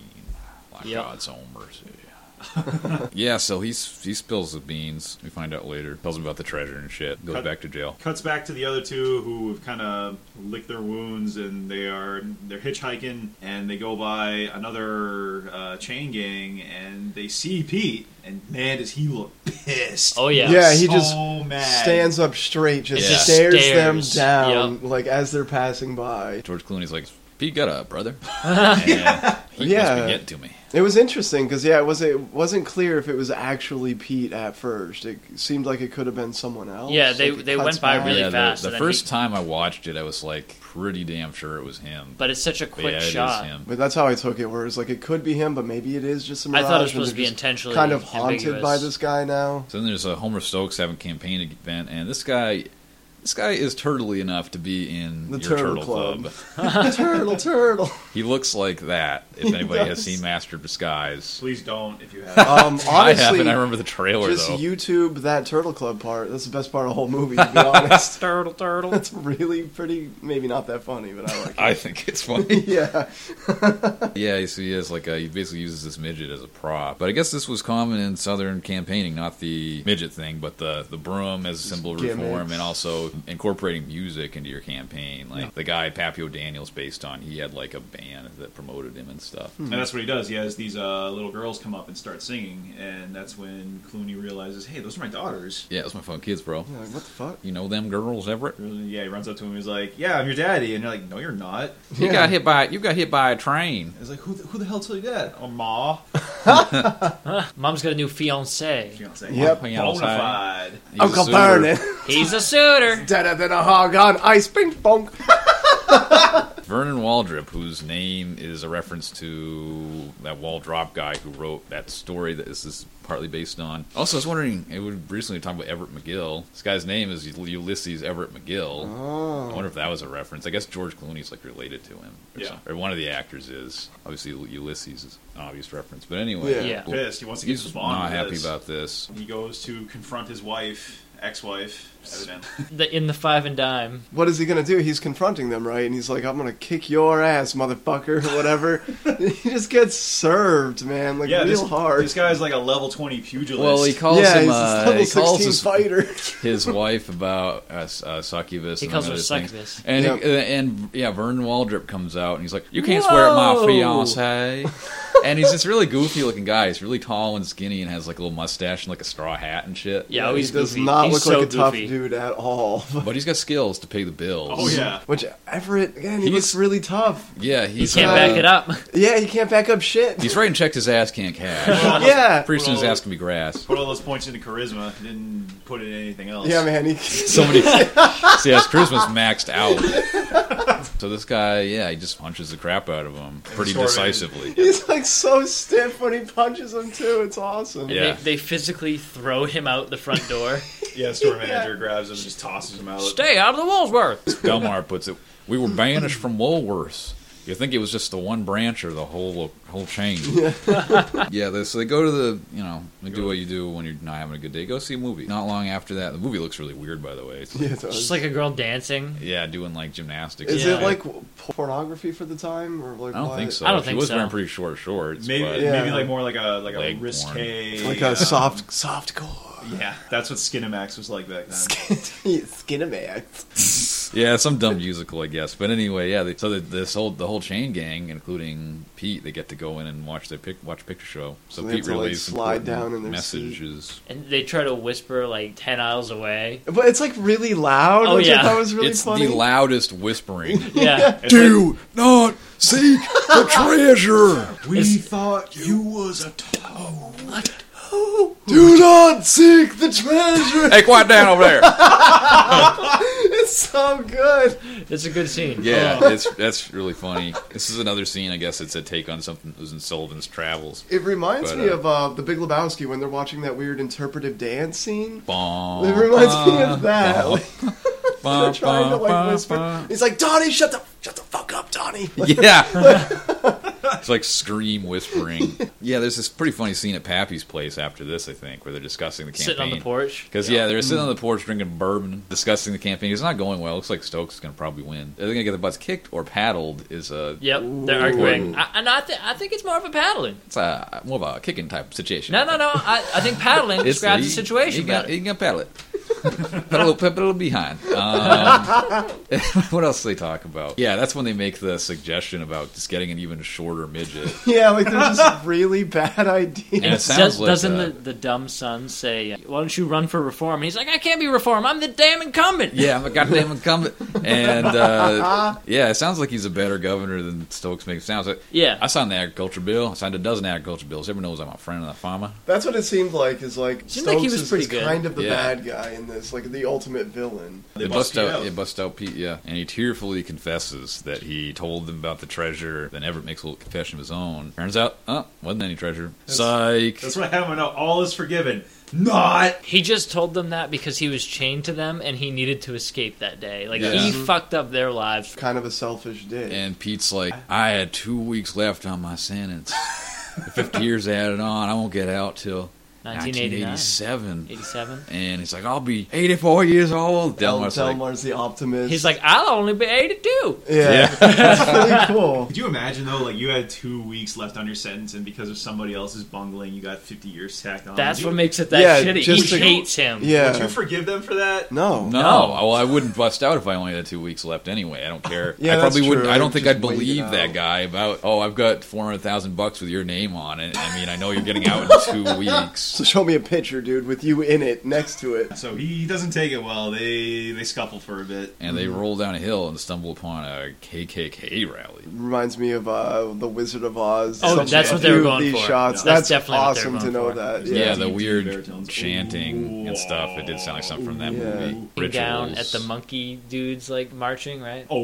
Speaker 1: like
Speaker 4: Yep.
Speaker 1: God's own mercy. yeah, so he's he spills the beans. We find out later. Tells him about the treasure and shit. Goes
Speaker 3: Cut.
Speaker 1: back to jail.
Speaker 3: Cuts back to the other two who have kind of licked their wounds and they are they're hitchhiking and they go by another uh, chain gang and they see Pete and man does he look pissed.
Speaker 4: Oh yeah.
Speaker 2: Yeah, he just
Speaker 3: so mad.
Speaker 2: Stands up straight, just
Speaker 1: Yeah.
Speaker 2: stares,
Speaker 4: Stares.
Speaker 2: them down, like as they're passing by.
Speaker 1: George Clooney's like, Pete, get up, brother. And He must
Speaker 2: Yeah.
Speaker 1: be getting to me.
Speaker 2: It was interesting because yeah, it was it wasn't clear if it was actually Pete at first. It seemed like it could have been someone else.
Speaker 4: Yeah, they-
Speaker 2: Like, it
Speaker 4: they
Speaker 2: cuts
Speaker 4: went by
Speaker 2: back.
Speaker 4: really
Speaker 1: yeah,
Speaker 4: fast,
Speaker 1: The,
Speaker 4: and
Speaker 1: the
Speaker 4: then
Speaker 1: first
Speaker 4: he-
Speaker 1: time I watched it, I was like pretty damn sure it was him.
Speaker 4: But it's such a
Speaker 1: But
Speaker 4: quick
Speaker 1: yeah, it is
Speaker 4: shot.
Speaker 1: him.
Speaker 2: But that's how I took it. Where it's like it could be him, but maybe it is just a
Speaker 4: I
Speaker 2: mirage.
Speaker 4: thought it was
Speaker 2: and
Speaker 4: supposed to
Speaker 2: they're
Speaker 4: be
Speaker 2: just
Speaker 4: intentionally
Speaker 2: Kind of haunted
Speaker 4: ambiguous.
Speaker 2: by this guy now.
Speaker 1: So then there's a Homer Stokes having campaign event, and this guy, this guy is turtly enough to be in
Speaker 2: The
Speaker 1: your
Speaker 2: Turtle
Speaker 1: Turtle, Club.
Speaker 2: Club. turtle, turtle.
Speaker 1: He looks like that. If anybody has
Speaker 2: does.
Speaker 1: seen Master of Disguise,
Speaker 3: Please don't if you have.
Speaker 2: Um,
Speaker 1: I
Speaker 2: honestly,
Speaker 1: haven't. I remember the trailer
Speaker 2: just
Speaker 1: though.
Speaker 2: YouTube that Turtle Club part. That's the best part of the whole movie, to be honest.
Speaker 4: Turtle, turtle.
Speaker 2: That's really pretty. Maybe not that funny, but I like it.
Speaker 1: I think it's funny.
Speaker 2: yeah,
Speaker 1: yeah, so he has like a, he basically uses this midget as a prop. But I guess this was common in Southern campaigning, not the midget thing, but the the broom as a symbol of reform,
Speaker 2: gimmicks.
Speaker 1: and also incorporating music into your campaign. Like the guy Papio Daniels based on, he had like a band that promoted him and stuff.
Speaker 2: Hmm.
Speaker 3: And that's what he does. He has these uh, little girls come up and start singing, and that's when Clooney realizes, "Hey, those are my daughters."
Speaker 1: Yeah, that's my fun kids, bro.
Speaker 2: Yeah, like, what the fuck?
Speaker 1: You know them girls, Everett.
Speaker 3: Yeah, he runs up to him. He's like, "Yeah, I'm your daddy," and you're like, "No, you're not."
Speaker 1: You got hit by you got hit by a train.
Speaker 3: He's like, "Who the, who the hell told you that?" Oh, ma.
Speaker 4: Mom's got a new fiance.
Speaker 3: You know what I'm saying?
Speaker 2: Yep.
Speaker 3: Bonafide.
Speaker 1: He's a
Speaker 2: Uncle
Speaker 1: suitor.
Speaker 2: Vernon,
Speaker 4: He's a suitor.
Speaker 2: deader than a hog on ice, ping pong.
Speaker 1: Vernon Waldrop, whose name is a reference to that Waldrop guy who wrote that story that this is partly based on. Also, I was wondering, it would recently talking about Everett McGill. This guy's name is Ulysses Everett McGill.
Speaker 2: Oh. Uh,
Speaker 1: I wonder if that was a reference. I guess George Clooney's like related to him, or,
Speaker 3: Yeah.
Speaker 1: something. or one of the actors is. Obviously, Ulysses is an obvious reference, but
Speaker 2: Yeah.
Speaker 1: anyway,
Speaker 4: Yeah.
Speaker 3: Pissed. He wants to get his
Speaker 1: he's
Speaker 3: bond.
Speaker 1: not
Speaker 3: with
Speaker 1: happy
Speaker 3: this.
Speaker 1: about this.
Speaker 3: He goes to confront his wife, ex-wife, evidently.
Speaker 4: The in the five and dime.
Speaker 2: What is he gonna do? He's confronting them, right? And he's like, "I'm gonna kick your ass, motherfucker," or whatever. he just gets served, man, like
Speaker 3: yeah,
Speaker 2: real
Speaker 3: this,
Speaker 2: hard.
Speaker 3: This guy's like a level twenty pugilist.
Speaker 1: Well, he calls
Speaker 2: yeah,
Speaker 1: him.
Speaker 2: he's
Speaker 1: uh,
Speaker 2: this level
Speaker 1: he calls
Speaker 2: 16
Speaker 1: his
Speaker 2: fighter.
Speaker 1: his wife about uh, s- uh, succubus.
Speaker 4: He
Speaker 1: and
Speaker 4: calls her
Speaker 1: another thing.
Speaker 4: succubus.
Speaker 1: And
Speaker 2: Yep.
Speaker 1: he- uh, and yeah, Vernon Waldrip comes out and he's like, "You can't swear at my
Speaker 4: Whoa!
Speaker 1: fiance." and he's this really goofy looking guy. He's really tall and skinny and has like a little mustache and like a straw hat and shit.
Speaker 4: Yeah, oh,
Speaker 2: he
Speaker 4: he's
Speaker 2: does
Speaker 4: goofy.
Speaker 2: not
Speaker 4: He's
Speaker 2: look
Speaker 4: so
Speaker 2: like a tough
Speaker 4: goofy.
Speaker 2: dude at all.
Speaker 1: But he's got skills to pay the bills.
Speaker 3: Oh yeah.
Speaker 2: Which Everett again, he
Speaker 1: He's-
Speaker 2: looks really tough.
Speaker 1: yeah. He's
Speaker 4: Can't
Speaker 1: uh,
Speaker 4: back it up.
Speaker 2: Yeah, he can't back up shit.
Speaker 1: He's writing checked his ass can't cash.
Speaker 2: yeah,
Speaker 1: Pretty soon his ass can be grass.
Speaker 3: Put all those points into charisma. Didn't put it in anything else.
Speaker 2: yeah, man. He,
Speaker 1: Somebody, see, his charisma's maxed out. So this guy, yeah, he just punches the crap out of him pretty
Speaker 3: sort of-
Speaker 1: decisively.
Speaker 2: he's like so stiff when he punches him too. It's awesome.
Speaker 1: Yeah.
Speaker 4: They, they physically throw him out the front door.
Speaker 3: Yeah, store manager grabs him, and just tosses him out.
Speaker 4: Stay out of the Woolsworth.
Speaker 1: Delmar puts it, we were banished from Woolworths. You think it was just the one branch or the whole whole chain? yeah, they, so they go to the you know they do what you do when you're not having a good day. Go see a movie. Not long after that, the movie looks really weird. By the way, It's like-
Speaker 2: Yeah, it does.
Speaker 4: Just like a girl dancing.
Speaker 1: yeah, doing like gymnastics.
Speaker 2: Is
Speaker 1: and
Speaker 2: it
Speaker 1: shit.
Speaker 2: like pornography for the time or like
Speaker 1: I don't
Speaker 2: what?
Speaker 1: think so.
Speaker 4: I don't
Speaker 1: she
Speaker 4: think
Speaker 1: was
Speaker 4: so.
Speaker 1: wearing pretty short shorts.
Speaker 3: Maybe
Speaker 1: but-
Speaker 2: Yeah.
Speaker 3: maybe like more like a like a
Speaker 1: Leg
Speaker 3: risque,
Speaker 2: Like
Speaker 3: um,
Speaker 2: a soft, soft core.
Speaker 3: Yeah, that's what Skinamax was like back then.
Speaker 2: Skinamax.
Speaker 1: Yeah, some dumb musical, I guess. But anyway, yeah. They, so the, this whole the whole chain gang, including Pete, they get to go in and watch their pic, watch a picture show. So,
Speaker 2: So they
Speaker 1: Pete
Speaker 2: have to, like,
Speaker 1: relays
Speaker 2: slide
Speaker 1: important
Speaker 2: down in their
Speaker 1: messages.
Speaker 4: And they try to whisper like 10 aisles away.
Speaker 2: But it's like really loud,
Speaker 4: Oh,
Speaker 2: which
Speaker 4: yeah.
Speaker 2: I thought was really
Speaker 1: it's
Speaker 2: funny.
Speaker 1: the loudest whispering.
Speaker 4: Yeah.
Speaker 3: It's like,
Speaker 1: not seek the treasure.
Speaker 3: we
Speaker 4: It's-
Speaker 3: thought you was a toad.
Speaker 2: Do not seek the treasure.
Speaker 1: Hey, quiet down over there.
Speaker 2: it's so good.
Speaker 4: It's a good scene.
Speaker 1: Yeah,
Speaker 4: Oh.
Speaker 1: it's that's really funny. This is another scene. I guess it's a take on something that was in Sullivan's Travels.
Speaker 2: It reminds
Speaker 1: But,
Speaker 2: me
Speaker 1: uh,
Speaker 2: of uh, the Big Lebowski when they're watching that weird interpretive dance scene.
Speaker 1: Bom,
Speaker 2: It reminds me of that.
Speaker 1: Uh-huh.
Speaker 2: Like,
Speaker 1: bom,
Speaker 2: they're trying to
Speaker 1: bom,
Speaker 2: like
Speaker 1: bom,
Speaker 2: whisper.
Speaker 1: bom.
Speaker 2: He's like, Donnie, shut the shut the fuck up, Donnie.
Speaker 1: Yeah. It's like scream whispering. yeah, there's this pretty funny scene at Pappy's place after this, I think, where they're discussing the campaign.
Speaker 4: Sitting on the porch.
Speaker 1: Because yeah. they're sitting on the porch drinking bourbon, discussing the campaign. It's not going well. Looks like Stokes is going to probably win. They're going to get their butts kicked or paddled. Is a
Speaker 4: Yep, they're arguing. I, and I, th- I think it's more of a paddling.
Speaker 1: it's a more of a kicking type situation.
Speaker 4: No, no, no. I, I think paddling
Speaker 1: It's-
Speaker 4: describes the
Speaker 1: you-
Speaker 4: situation
Speaker 1: You got,
Speaker 4: better.
Speaker 1: you can paddle it. paddle, paddle behind. Um, what else do they talk about? Yeah, that's when they make the suggestion about just getting an even shorter midget.
Speaker 2: Yeah, like they're just really bad ideas.
Speaker 1: And it sounds
Speaker 4: Does,
Speaker 1: like
Speaker 4: doesn't
Speaker 1: uh,
Speaker 4: the, the dumb son say, "Why don't you run for reform?" And he's like, "I can't be reform. I'm the damn incumbent."
Speaker 1: Yeah, I'm a goddamn incumbent. And uh, yeah, it sounds like he's a better governor than Stokes makes it sound. So,
Speaker 4: Yeah.
Speaker 1: I signed the agriculture bill. I signed a dozen agriculture bills. Everyone knows I'm a friend of the farmer.
Speaker 2: That's what it seemed like. Is like
Speaker 4: Seemed
Speaker 2: Stokes
Speaker 4: like he was
Speaker 2: is,
Speaker 4: pretty
Speaker 2: is
Speaker 4: good.
Speaker 2: kind of the
Speaker 1: Yeah.
Speaker 2: bad guy in this, like the ultimate villain.
Speaker 3: They
Speaker 1: it bust
Speaker 3: bust you
Speaker 1: out,
Speaker 3: out.
Speaker 1: it bust out Pete, yeah. And he tearfully confesses that he told them about the treasure. Then Everett makes a little confession of his own. Turns out, oh, wasn't any treasure. Psych.
Speaker 3: That's what happened. Now all is forgiven. Not.
Speaker 4: He just told them that because he was chained to them and he needed to escape that day. Like
Speaker 1: Yeah.
Speaker 4: he
Speaker 1: Mhm.
Speaker 4: fucked up their lives.
Speaker 2: Kind of a selfish dick.
Speaker 1: And Pete's like, I had two weeks left on my sentence. 50 years added on. I won't get out till
Speaker 4: 1989,
Speaker 1: 1987.
Speaker 4: 87.
Speaker 1: And he's like, I'll be 84 years old.
Speaker 2: Del-
Speaker 1: Delmar's like,
Speaker 2: Delmar's the optimist.
Speaker 4: He's like, "I'll only be 82."
Speaker 2: yeah,
Speaker 1: yeah.
Speaker 2: that's pretty cool.
Speaker 3: Could you imagine though, like you had two weeks left on your sentence, and because of somebody else's bungling, you got 50 years tacked on.
Speaker 4: That's
Speaker 3: Would
Speaker 4: what
Speaker 3: you,
Speaker 4: makes it that
Speaker 2: Yeah,
Speaker 4: shitty. He
Speaker 2: just to-
Speaker 4: hates him.
Speaker 2: Yeah,
Speaker 3: Would you forgive them for that?
Speaker 2: no,
Speaker 1: No.
Speaker 4: No.
Speaker 1: well, I wouldn't bust out if I only had two weeks left anyway. I don't care.
Speaker 2: Yeah,
Speaker 1: I probably
Speaker 2: that's
Speaker 1: wouldn't.
Speaker 2: true.
Speaker 1: I don't think
Speaker 2: Just
Speaker 1: I'd
Speaker 2: wait it
Speaker 1: believe that
Speaker 2: out.
Speaker 1: guy about. Oh, I've got four hundred thousand bucks with your name on it. I mean, I know you're getting out in two weeks.
Speaker 2: So show me a picture, dude, with you in it next to it.
Speaker 3: So he doesn't take it well. They they scuffle for a bit.
Speaker 1: And they roll down a hill and stumble upon a KKK rally.
Speaker 2: Reminds me of uh, the Wizard of Oz.
Speaker 4: Oh,
Speaker 2: Some-
Speaker 4: that's
Speaker 2: a
Speaker 4: what they
Speaker 2: few
Speaker 4: were
Speaker 2: of
Speaker 4: going
Speaker 2: these
Speaker 4: for.
Speaker 2: Shots.
Speaker 4: No,
Speaker 2: That's,
Speaker 4: that's definitely what they were
Speaker 2: awesome to
Speaker 4: going
Speaker 2: know
Speaker 4: for.
Speaker 2: that.
Speaker 1: Yeah,
Speaker 2: Yeah. E
Speaker 1: the
Speaker 3: DDT
Speaker 1: weird
Speaker 3: baritones.
Speaker 1: chanting and stuff. It did sound like something from that
Speaker 2: Yeah.
Speaker 1: movie.
Speaker 4: Looking down at
Speaker 1: Rituals.
Speaker 4: the monkey dudes like marching, right?
Speaker 3: Oh,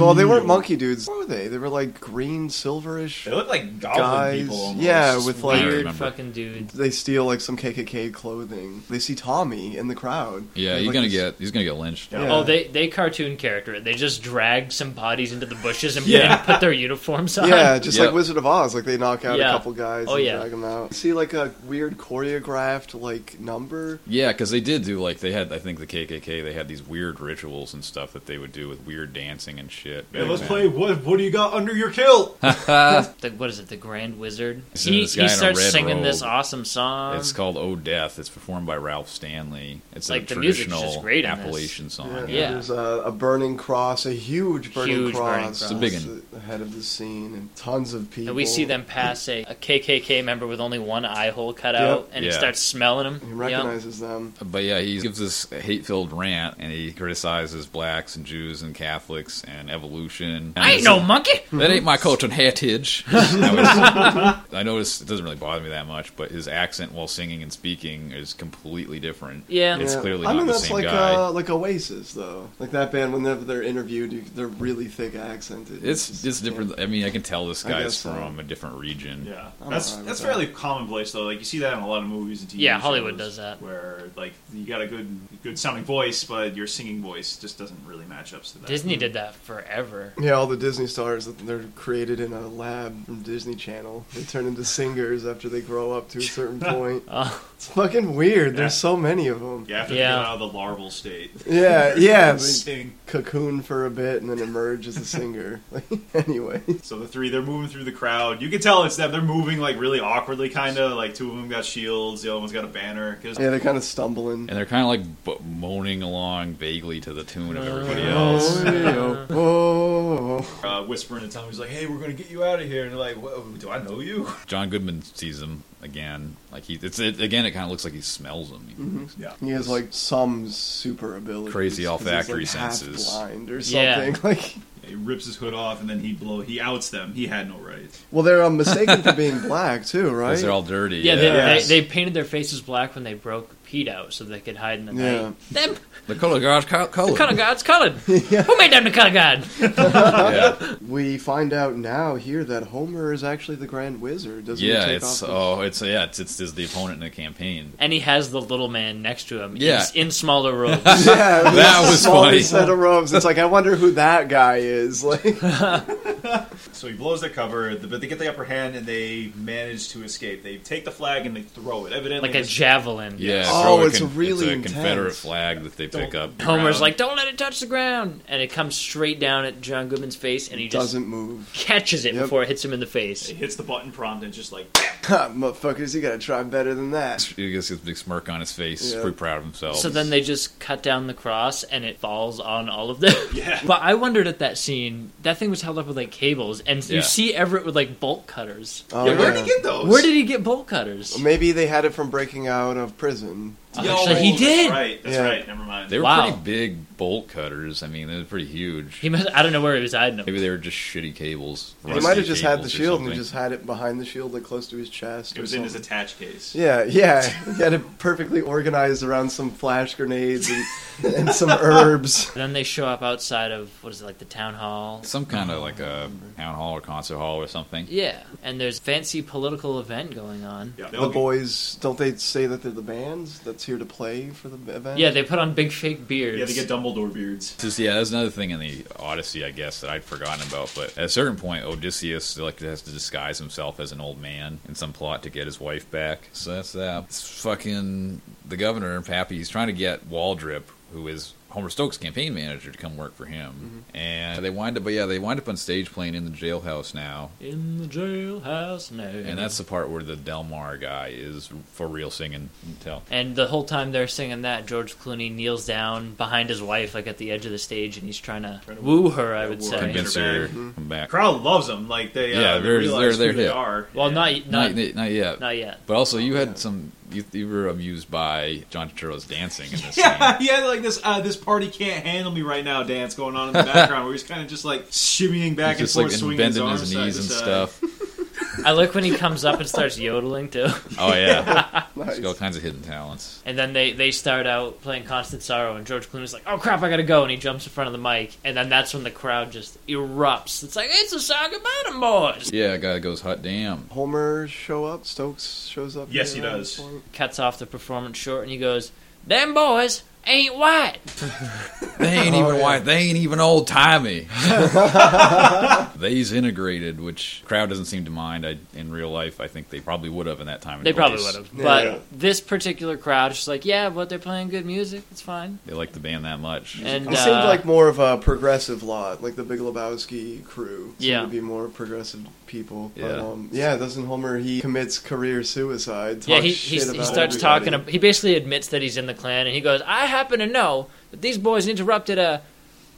Speaker 2: Well, they weren't
Speaker 3: yeah.
Speaker 2: monkey dudes. What were they? They were like green, silverish
Speaker 3: They look like goblin
Speaker 2: guys.
Speaker 3: people. Almost.
Speaker 2: Yeah, with like
Speaker 1: I
Speaker 4: Weird
Speaker 1: remember.
Speaker 4: fucking dudes.
Speaker 2: they steal like some KKK clothing. They see Tommy in the crowd.
Speaker 1: Yeah,
Speaker 2: And,
Speaker 1: he's
Speaker 2: like,
Speaker 1: gonna
Speaker 2: this-
Speaker 1: get. He's gonna get lynched.
Speaker 2: Yeah.
Speaker 4: Oh, they they cartoon character. it. They just drag some bodies into the bushes and,
Speaker 3: Yeah.
Speaker 4: and put their uniforms on.
Speaker 2: Yeah, just
Speaker 1: Yep.
Speaker 2: like Wizard of Oz, like they knock out
Speaker 4: Yeah.
Speaker 2: a couple guys
Speaker 4: Oh,
Speaker 2: and
Speaker 4: yeah.
Speaker 2: drag them out. See like a weird choreographed like number.
Speaker 1: Yeah, because they did do like they had. I think the KKK they had these weird rituals and stuff that they would do with weird dancing and shit.
Speaker 3: Hey, let's play. What What do you got under your kilt?
Speaker 4: The, what is it? The Grand Wizard.
Speaker 1: He's in
Speaker 4: He,
Speaker 1: this guy
Speaker 4: he
Speaker 1: in a
Speaker 4: starts
Speaker 1: red
Speaker 4: singing this
Speaker 1: robe.
Speaker 4: awesome song.
Speaker 1: It's called "Oh Death." It's performed by Ralph Stanley. It's
Speaker 4: Like,
Speaker 1: a
Speaker 4: the music's
Speaker 1: traditional
Speaker 4: just great in this.
Speaker 1: Appalachian song.
Speaker 4: Oh, Yeah.
Speaker 2: There's a, a burning cross, a huge burning
Speaker 4: Huge
Speaker 2: cross. uh,
Speaker 4: burning It's
Speaker 1: a big one.
Speaker 2: Ahead of the scene and tons of people.
Speaker 4: and we see them pass a, a KKK member with only one eye hole cut out, and he
Speaker 1: Yeah.
Speaker 4: starts smelling him.
Speaker 2: He
Speaker 4: Yep.
Speaker 2: recognizes them.
Speaker 1: But yeah, he gives this hate-filled rant, and he criticizes blacks and Jews and Catholics and evolution.
Speaker 4: I ain't no monkey.
Speaker 1: That ain't my culture and heritage. I, was- I noticed it doesn't really bother me that much, but his accent while singing and speaking is completely different.
Speaker 4: Yeah.
Speaker 1: it's
Speaker 2: Yeah.
Speaker 1: clearly
Speaker 2: I
Speaker 1: not
Speaker 2: mean
Speaker 1: the
Speaker 2: that's
Speaker 1: same
Speaker 2: like
Speaker 1: guy.
Speaker 2: Uh, like Oasis though. Like that band whenever they're interviewed, you, they're really thick accented.
Speaker 1: it's it's
Speaker 2: just-
Speaker 1: different. I mean, I can tell this
Speaker 2: I
Speaker 1: guy's
Speaker 2: guess so.
Speaker 1: from a different region.
Speaker 3: Yeah,
Speaker 2: I'm
Speaker 3: that's
Speaker 2: alright with
Speaker 3: that's
Speaker 2: that.
Speaker 3: fairly commonplace though. Like you see that in a lot of movies and TV.
Speaker 4: Yeah, Hollywood
Speaker 3: shows
Speaker 4: does that.
Speaker 3: Where like you got a good good sounding voice, but your singing voice just doesn't really match up to that.
Speaker 4: Disney did that forever.
Speaker 2: Yeah, all the Disney stars that they're created in a lab from Disney Channel. They turn into singers after they grow up to a certain point.
Speaker 4: Oh,
Speaker 2: It's fucking weird.
Speaker 3: Yeah.
Speaker 2: There's so many of them.
Speaker 3: Yeah, after
Speaker 4: Yeah.
Speaker 3: they get out of the larval state.
Speaker 2: Yeah, yeah. They
Speaker 3: Sting.
Speaker 2: cocoon for a bit and then emerge as a singer. Like, anyway,
Speaker 3: So the three they're moving through the crowd. You can tell it's them. They're moving like really awkwardly, kind of like two of them got shields, the other one's got a banner. 'cause-
Speaker 2: yeah, they're kind of stumbling.
Speaker 1: And they're kind of like bo- moaning along vaguely to the tune of everybody
Speaker 3: Oh.
Speaker 1: else.
Speaker 2: Oh, yeah. oh, oh, oh.
Speaker 3: uh, whispering to Tommy's like, "Hey, we're gonna get you out of here," and they're like, "Whoa, "Do I know you?"
Speaker 1: John Goodman sees him again. Like he, it's it, again. It kind of looks like he smells him.
Speaker 2: Mm-hmm.
Speaker 3: Yeah.
Speaker 2: He has like some super ability.
Speaker 1: Crazy olfactory
Speaker 2: he's, like, half
Speaker 1: senses.
Speaker 2: Blind or
Speaker 4: Yeah.
Speaker 2: something. Like,
Speaker 3: He rips his hood off, and then he blow. He outs them. He had no right.
Speaker 2: well, they're um, mistaken for being black too, right?
Speaker 1: Because they're all dirty.
Speaker 4: yeah, they,
Speaker 3: Yes.
Speaker 4: they, they painted their faces black when they broke Pete out so they could hide in the
Speaker 2: Yeah.
Speaker 4: night. Them
Speaker 1: the color guard co- color.
Speaker 4: color guard's colored. Who made them the color guard?
Speaker 1: yeah,
Speaker 2: We find out now here that Homer is actually the Grand Wizard. Doesn't he
Speaker 1: yeah.
Speaker 2: take
Speaker 1: It's
Speaker 2: off his-
Speaker 1: oh, it's yeah, it's, it's it's the opponent in the campaign.
Speaker 4: And he has the little man next to him.
Speaker 1: Yeah.
Speaker 4: in, in smaller robes.
Speaker 2: Yeah,
Speaker 1: oh, That was
Speaker 2: smallest
Speaker 1: funny.
Speaker 2: set of robes. It's like I wonder who that guy is. Like
Speaker 3: So he blows their cover, th- but they get the upper hand and they manage to escape. They take the flag and they throw it. Evidently,
Speaker 4: like a
Speaker 3: this-
Speaker 4: javelin.
Speaker 1: Yeah,
Speaker 2: Oh,
Speaker 1: throw a
Speaker 2: it's really
Speaker 1: it's a
Speaker 2: intense.
Speaker 1: Confederate flag that they pick
Speaker 3: Don't-
Speaker 1: up.
Speaker 4: Homer's
Speaker 1: Ground.
Speaker 4: like, "Don't let it touch the ground," and it comes straight down at John Goodman's face, and he just
Speaker 2: Doesn't move.
Speaker 4: catches it
Speaker 2: Yep.
Speaker 4: before it hits him in the face.
Speaker 3: it hits the button prompt and just like bam.
Speaker 2: Ha, motherfuckers, you gotta try better than that.
Speaker 1: He just gets a big smirk on his face.
Speaker 2: Yeah.
Speaker 1: Pretty proud of himself.
Speaker 4: So then they just cut down the cross and it falls on all of them.
Speaker 3: Yeah.
Speaker 4: But I wondered at that scene, that thing was held up with like cables and
Speaker 1: Yeah.
Speaker 4: you see Everett with like bolt cutters.
Speaker 2: Oh,
Speaker 3: yeah, where
Speaker 2: yeah.
Speaker 3: did he get those?
Speaker 4: Where did he get bolt cutters?
Speaker 2: Maybe they had it from breaking out of prison.
Speaker 3: Yo,
Speaker 4: Actually, he
Speaker 3: Oh, that's
Speaker 4: did.
Speaker 3: Right, that's
Speaker 2: Yeah.
Speaker 3: right. Never mind.
Speaker 1: they were
Speaker 4: Wow.
Speaker 1: pretty big bolt cutters. I mean, they were pretty huge.
Speaker 4: He must I don't know where he was hiding them.
Speaker 1: Maybe they were just shitty cables.
Speaker 2: he
Speaker 1: rusty
Speaker 2: might have just had the
Speaker 1: cables or
Speaker 2: shield and
Speaker 1: something.
Speaker 2: just had it behind the shield, like close to his chest.
Speaker 3: it
Speaker 2: or
Speaker 3: was in his
Speaker 2: something.
Speaker 3: attach case.
Speaker 2: Yeah, yeah. He had it perfectly organized around some flash grenades and, and some herbs.
Speaker 4: Then they show up outside of what is it like the town hall?
Speaker 1: some kind of like a town hall or concert hall or something.
Speaker 4: Yeah, and there's fancy political event going on.
Speaker 3: Yeah,
Speaker 2: The boys, don't they say that they're the bands that's here to play for the event?
Speaker 4: Yeah, they put on big fake beards.
Speaker 3: Yeah, they get Dumbledore beards.
Speaker 1: Just, yeah, that's another thing in the Odyssey, I guess, that I'd forgotten about. But at a certain point, Odysseus like has to disguise himself as an old man in some plot to get his wife back. So that's that. It's fucking the governor and Pappy. He's trying to get Waldrip, who is Homer Stokes' campaign manager, to come work for him.
Speaker 2: Mm-hmm.
Speaker 1: And they wind up, but yeah, they wind up on stage playing in the jailhouse now.
Speaker 4: in the jailhouse now.
Speaker 1: And that's the part where the Delmar guy is for real singing. You can tell.
Speaker 4: And the whole time they're singing that, George Clooney kneels down behind his wife, like at the edge of the stage, and he's trying to
Speaker 3: Trying to
Speaker 4: woo her. I
Speaker 3: yeah,
Speaker 4: would
Speaker 3: woo her.
Speaker 4: say.
Speaker 1: Convince her to come
Speaker 3: The
Speaker 1: back.
Speaker 3: crowd loves them. Like they, uh,
Speaker 1: Yeah,
Speaker 3: they
Speaker 1: they're-
Speaker 3: realize
Speaker 1: they're-
Speaker 3: who
Speaker 1: they're
Speaker 3: they
Speaker 1: hip.
Speaker 3: are.
Speaker 4: Well,
Speaker 3: Yeah.
Speaker 4: not
Speaker 1: Not,
Speaker 4: not
Speaker 1: not yet.
Speaker 4: not yet.
Speaker 1: But also, you had some. You, you were amused by John Turturro's dancing in this
Speaker 3: Yeah,
Speaker 1: scene.
Speaker 3: yeah, like this. Uh, this party can't handle me right now. Dance going on in the background, where he's kind of just like shimmying back
Speaker 1: He's just
Speaker 3: and
Speaker 1: like
Speaker 3: forth,
Speaker 1: and
Speaker 3: swinging his
Speaker 1: bending
Speaker 3: arms uh,
Speaker 1: his
Speaker 3: side
Speaker 1: knees
Speaker 3: to
Speaker 1: and
Speaker 3: side.
Speaker 1: stuff.
Speaker 4: I like when he comes up and starts yodeling too.
Speaker 1: Oh yeah,
Speaker 2: Nice.
Speaker 1: he's got all kinds of hidden talents.
Speaker 4: And then they they start out playing Constant Sorrow, and George Clooney's like, "Oh crap, I gotta go," and he jumps in front of the mic, and then that's when the crowd just erupts. It's like it's a song about 'em boys.
Speaker 1: Yeah, guy goes hot damn.
Speaker 2: Homer show up? Stokes shows up?
Speaker 3: Yes,
Speaker 2: here
Speaker 3: he
Speaker 2: at
Speaker 3: does.
Speaker 2: this point?
Speaker 4: Cuts off the performance short, and he goes, "Them boys ain't white."
Speaker 1: They ain't even
Speaker 2: yeah.
Speaker 1: white. They ain't even old timey. They's integrated, which crowd doesn't seem to mind. I, in real life, I think they probably would have in that time. And
Speaker 4: They probably would
Speaker 1: place.
Speaker 4: have,
Speaker 2: Yeah.
Speaker 4: but this particular crowd is just like, "Yeah, but they're playing good music. It's fine."
Speaker 1: They like the band that much.
Speaker 4: And
Speaker 2: He
Speaker 4: uh,
Speaker 2: seemed like more of a progressive lot, like the Big Lebowski crew. Seemed
Speaker 4: Yeah.
Speaker 2: to be more progressive people. But,
Speaker 1: Yeah.
Speaker 2: um, yeah, doesn't Homer, he commits career suicide.
Speaker 4: yeah,
Speaker 2: talks
Speaker 4: he,
Speaker 2: shit
Speaker 4: he's, he
Speaker 2: about
Speaker 4: starts
Speaker 2: everybody.
Speaker 4: talking. ab- He basically admits that he's in the Klan, and he goes, "I happen to know that these boys interrupted a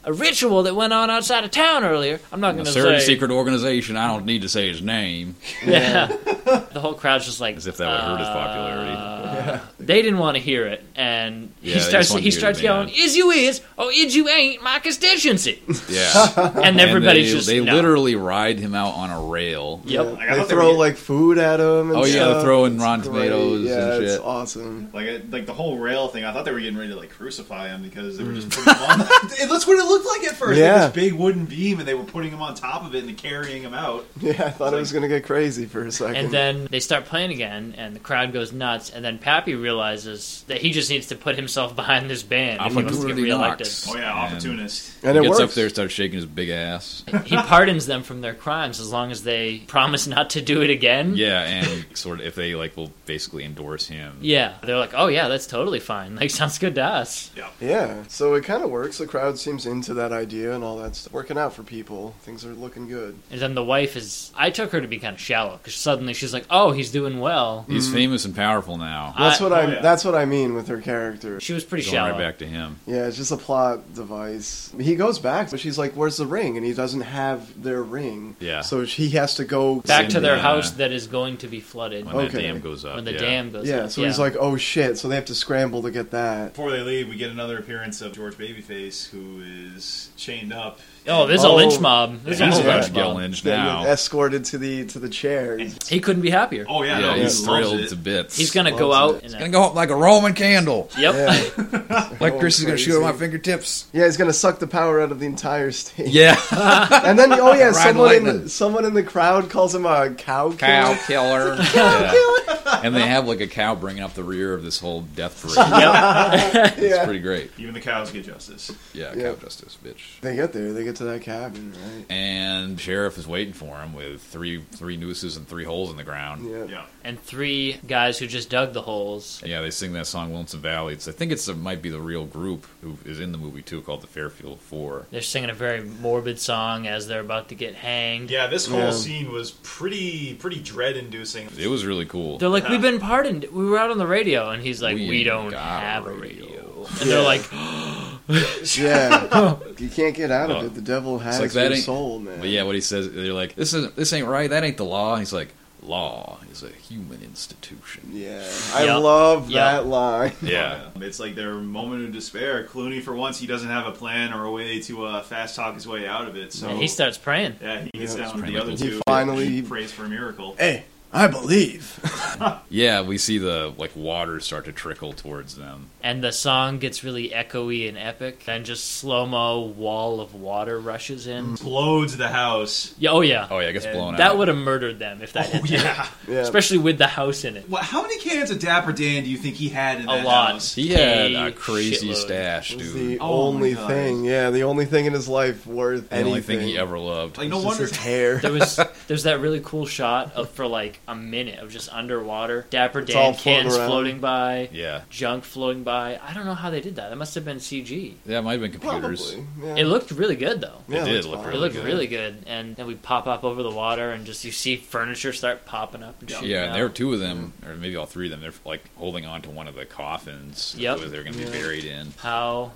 Speaker 4: a ritual that went on outside of town earlier. I'm not going
Speaker 1: a
Speaker 4: to
Speaker 1: certain
Speaker 4: say
Speaker 1: secret organization. I don't need to say his name,
Speaker 4: Yeah, the whole crowd's just like uh,
Speaker 1: as if that would hurt his popularity.
Speaker 4: They didn't want to hear it, and
Speaker 1: Yeah, they
Speaker 4: he starts
Speaker 1: just wanted
Speaker 4: he
Speaker 1: to hear
Speaker 4: starts
Speaker 1: the
Speaker 4: going,
Speaker 1: band.
Speaker 4: "Is you is or is you ain't my constituency,"
Speaker 1: Yeah.
Speaker 4: and
Speaker 1: And
Speaker 4: everybody's
Speaker 1: they,
Speaker 4: just
Speaker 1: they
Speaker 4: no.
Speaker 1: literally ride him out on a rail.
Speaker 4: Yep.
Speaker 2: Yeah,
Speaker 3: Like, I
Speaker 2: they
Speaker 3: thought they
Speaker 2: throw
Speaker 3: were-
Speaker 2: like food at him. And
Speaker 1: Oh, yeah, they're
Speaker 2: stuff.
Speaker 1: throwing
Speaker 2: It's
Speaker 1: Rotten
Speaker 2: great.
Speaker 1: Tomatoes
Speaker 2: yeah,
Speaker 1: and
Speaker 2: It's
Speaker 1: shit.
Speaker 2: awesome.
Speaker 3: Like, I- like the whole rail thing, I thought they were getting ready to like crucify him because they were just
Speaker 1: Mm.
Speaker 3: putting him on. It- That's what it looked like at first.
Speaker 2: Yeah.
Speaker 3: Yeah. This big wooden beam, and they were putting him on top of it and carrying him out.
Speaker 2: Yeah, I thought it was gonna get crazy for a second.
Speaker 4: And then they start playing again, and the crowd goes nuts. And then Pappy realizes that he just needs to put himself behind this band if he wants to get
Speaker 1: Opportunity
Speaker 4: reelected.
Speaker 1: knocks.
Speaker 3: Oh yeah,
Speaker 1: And-
Speaker 3: opportunist.
Speaker 2: and
Speaker 1: he
Speaker 2: it
Speaker 1: gets
Speaker 2: works.
Speaker 1: up there, starts shaking his big ass.
Speaker 4: He pardons them from their crimes as long as they promise not to do it again.
Speaker 1: Yeah, and sort of if they like will basically endorse him.
Speaker 4: Yeah. They're like, oh, yeah, that's totally fine. Like, sounds good to us.
Speaker 2: Yeah, so it kind of works. The crowd seems into that idea and all that stuff. Working out for people. Things are looking good.
Speaker 4: And then the wife is. I took her to be kind of shallow because suddenly she's like, oh, he's doing well.
Speaker 1: He's famous and powerful now.
Speaker 4: I-
Speaker 2: That's what I.
Speaker 3: oh, yeah.
Speaker 2: That's what I mean with her character.
Speaker 4: She was pretty
Speaker 1: Going
Speaker 4: shallow.
Speaker 1: right back to him.
Speaker 2: Yeah, it's just a plot device. He goes back, but she's like, "Where's the ring?" And he doesn't have their ring.
Speaker 1: Yeah.
Speaker 2: So he has to go
Speaker 4: Back to their
Speaker 1: Yeah.
Speaker 4: house that is going to be flooded
Speaker 1: When that
Speaker 2: Okay.
Speaker 1: dam goes up.
Speaker 4: when the
Speaker 1: yeah.
Speaker 4: dam goes
Speaker 2: Yeah.
Speaker 4: up.
Speaker 2: So he's like, "Oh shit!" So they have to scramble to get that.
Speaker 3: Before they leave, we get another appearance of George Babyface, who is chained up.
Speaker 4: oh, there's a
Speaker 2: Oh.
Speaker 4: lynch mob. There's a
Speaker 1: He's
Speaker 4: whole
Speaker 1: about
Speaker 4: lynch
Speaker 1: to get
Speaker 4: mob.
Speaker 1: lynched
Speaker 2: They get
Speaker 1: now.
Speaker 2: escorted to the to the chair.
Speaker 4: He couldn't be happier.
Speaker 3: Oh yeah,
Speaker 1: yeah,
Speaker 3: no, he
Speaker 1: he's
Speaker 3: loves
Speaker 1: thrilled
Speaker 3: it.
Speaker 1: to bits.
Speaker 4: He's going to go
Speaker 2: Loves
Speaker 4: out.
Speaker 2: it.
Speaker 4: and-
Speaker 2: He's
Speaker 1: gonna go up like a Roman candle.
Speaker 4: Yep.
Speaker 2: Yeah.
Speaker 1: Like
Speaker 2: Going
Speaker 1: Chris is gonna shoot
Speaker 2: Oh, crazy.
Speaker 1: out my fingertips.
Speaker 2: Yeah, he's gonna suck the power out of the entire stage.
Speaker 1: Yeah.
Speaker 2: And then oh yeah,
Speaker 1: Ride
Speaker 2: someone in
Speaker 1: lightning.
Speaker 2: the, someone in the crowd calls him a cow.
Speaker 1: Cow
Speaker 2: killer.
Speaker 1: killer.
Speaker 2: Cow
Speaker 1: Yeah.
Speaker 2: killer.
Speaker 1: and they have like a cow bringing up the rear of this whole death parade. It's pretty great.
Speaker 3: Even the cows get justice.
Speaker 1: Yeah,
Speaker 2: Yeah.
Speaker 1: cow justice, bitch.
Speaker 2: They get there. They get to that cabin, right?
Speaker 1: And sheriff is waiting for him with three three nooses and three holes in the ground.
Speaker 2: Yeah.
Speaker 3: Yeah.
Speaker 4: and three guys who just dug the holes.
Speaker 1: Yeah, they sing that song "Lonesome Valley." It's, I think it's it might be the real group who is in the movie too, called the Fairfield Four.
Speaker 4: They're singing a very morbid song as they're about to get hanged.
Speaker 3: Yeah, this whole
Speaker 2: Yeah.
Speaker 3: scene was pretty pretty dread inducing.
Speaker 1: It was really cool.
Speaker 4: They're like,
Speaker 3: Yeah.
Speaker 4: we've been pardoned. We were out on the radio, and he's like,
Speaker 1: We
Speaker 4: we,
Speaker 1: ain't
Speaker 4: don't
Speaker 1: got
Speaker 4: have
Speaker 1: a
Speaker 4: a
Speaker 1: radio."
Speaker 4: radio. And they're
Speaker 2: Yeah.
Speaker 4: like,
Speaker 2: Yeah. you can't get out of
Speaker 1: No.
Speaker 2: it. The devil has
Speaker 1: like that
Speaker 2: your
Speaker 1: ain't-
Speaker 2: soul, man.
Speaker 1: But yeah, what he says, they're like, "This is this ain't right. That ain't the law." He's like, "Law is a human institution."
Speaker 2: Yeah. I
Speaker 4: Yep.
Speaker 2: love
Speaker 4: Yep.
Speaker 2: that line.
Speaker 1: Yeah,
Speaker 3: It's like their moment of despair. Clooney, for once, he doesn't have a plan or a way to uh, fast talk his way out of it. So
Speaker 4: and he starts praying.
Speaker 3: Yeah, he gets
Speaker 2: Yeah.
Speaker 3: down with
Speaker 1: He
Speaker 3: the other two.
Speaker 2: finally-
Speaker 3: He prays for a miracle.
Speaker 2: Hey, I believe.
Speaker 1: yeah. We see the like water start to trickle towards them.
Speaker 4: And the song gets really echoey and epic. Then just slow mo wall of water rushes
Speaker 3: Mm.
Speaker 4: in.
Speaker 3: Explodes the house.
Speaker 4: Yeah, oh yeah,
Speaker 1: Oh yeah, it gets
Speaker 3: And
Speaker 1: blown
Speaker 4: that
Speaker 1: out.
Speaker 4: would have murdered them if that.
Speaker 3: Oh
Speaker 4: hit them.
Speaker 3: yeah.
Speaker 2: Yeah.
Speaker 4: especially with the house in it.
Speaker 3: Well, how many cans of Dapper Dan do you think he had in
Speaker 4: A
Speaker 3: that
Speaker 4: lot.
Speaker 3: house?
Speaker 1: he had a
Speaker 4: Hey,
Speaker 1: crazy
Speaker 4: shitload.
Speaker 1: stash,
Speaker 2: It was
Speaker 1: dude.
Speaker 2: the
Speaker 3: Oh my
Speaker 2: only
Speaker 3: God.
Speaker 2: thing. Yeah, the only thing in his life worth
Speaker 1: The
Speaker 2: anything.
Speaker 1: only thing he ever loved.
Speaker 3: Like
Speaker 2: It's
Speaker 3: no
Speaker 2: just
Speaker 3: wonder
Speaker 2: his hair.
Speaker 4: There was there's that really cool shot of for like a minute of just underwater. Dapper
Speaker 2: It's all
Speaker 4: Dan
Speaker 2: floating
Speaker 4: cans
Speaker 2: around.
Speaker 4: floating by,
Speaker 1: yeah,
Speaker 4: junk floating by. I don't know how they did that. That must have been CG.
Speaker 1: yeah. It might have been computers.
Speaker 2: Probably. Yeah.
Speaker 4: It looked really good though.
Speaker 1: It did
Speaker 2: looks
Speaker 1: look
Speaker 2: fine.
Speaker 1: really
Speaker 4: It looked
Speaker 1: good.
Speaker 4: really good, and then we pop up over the water, and just you see furniture start popping up and shit.
Speaker 1: Yeah, and there were two of them, or maybe all three of them. They're like holding on to one of the coffins
Speaker 4: Yep.
Speaker 1: that they're going to be
Speaker 2: Yeah.
Speaker 1: buried in.
Speaker 4: How?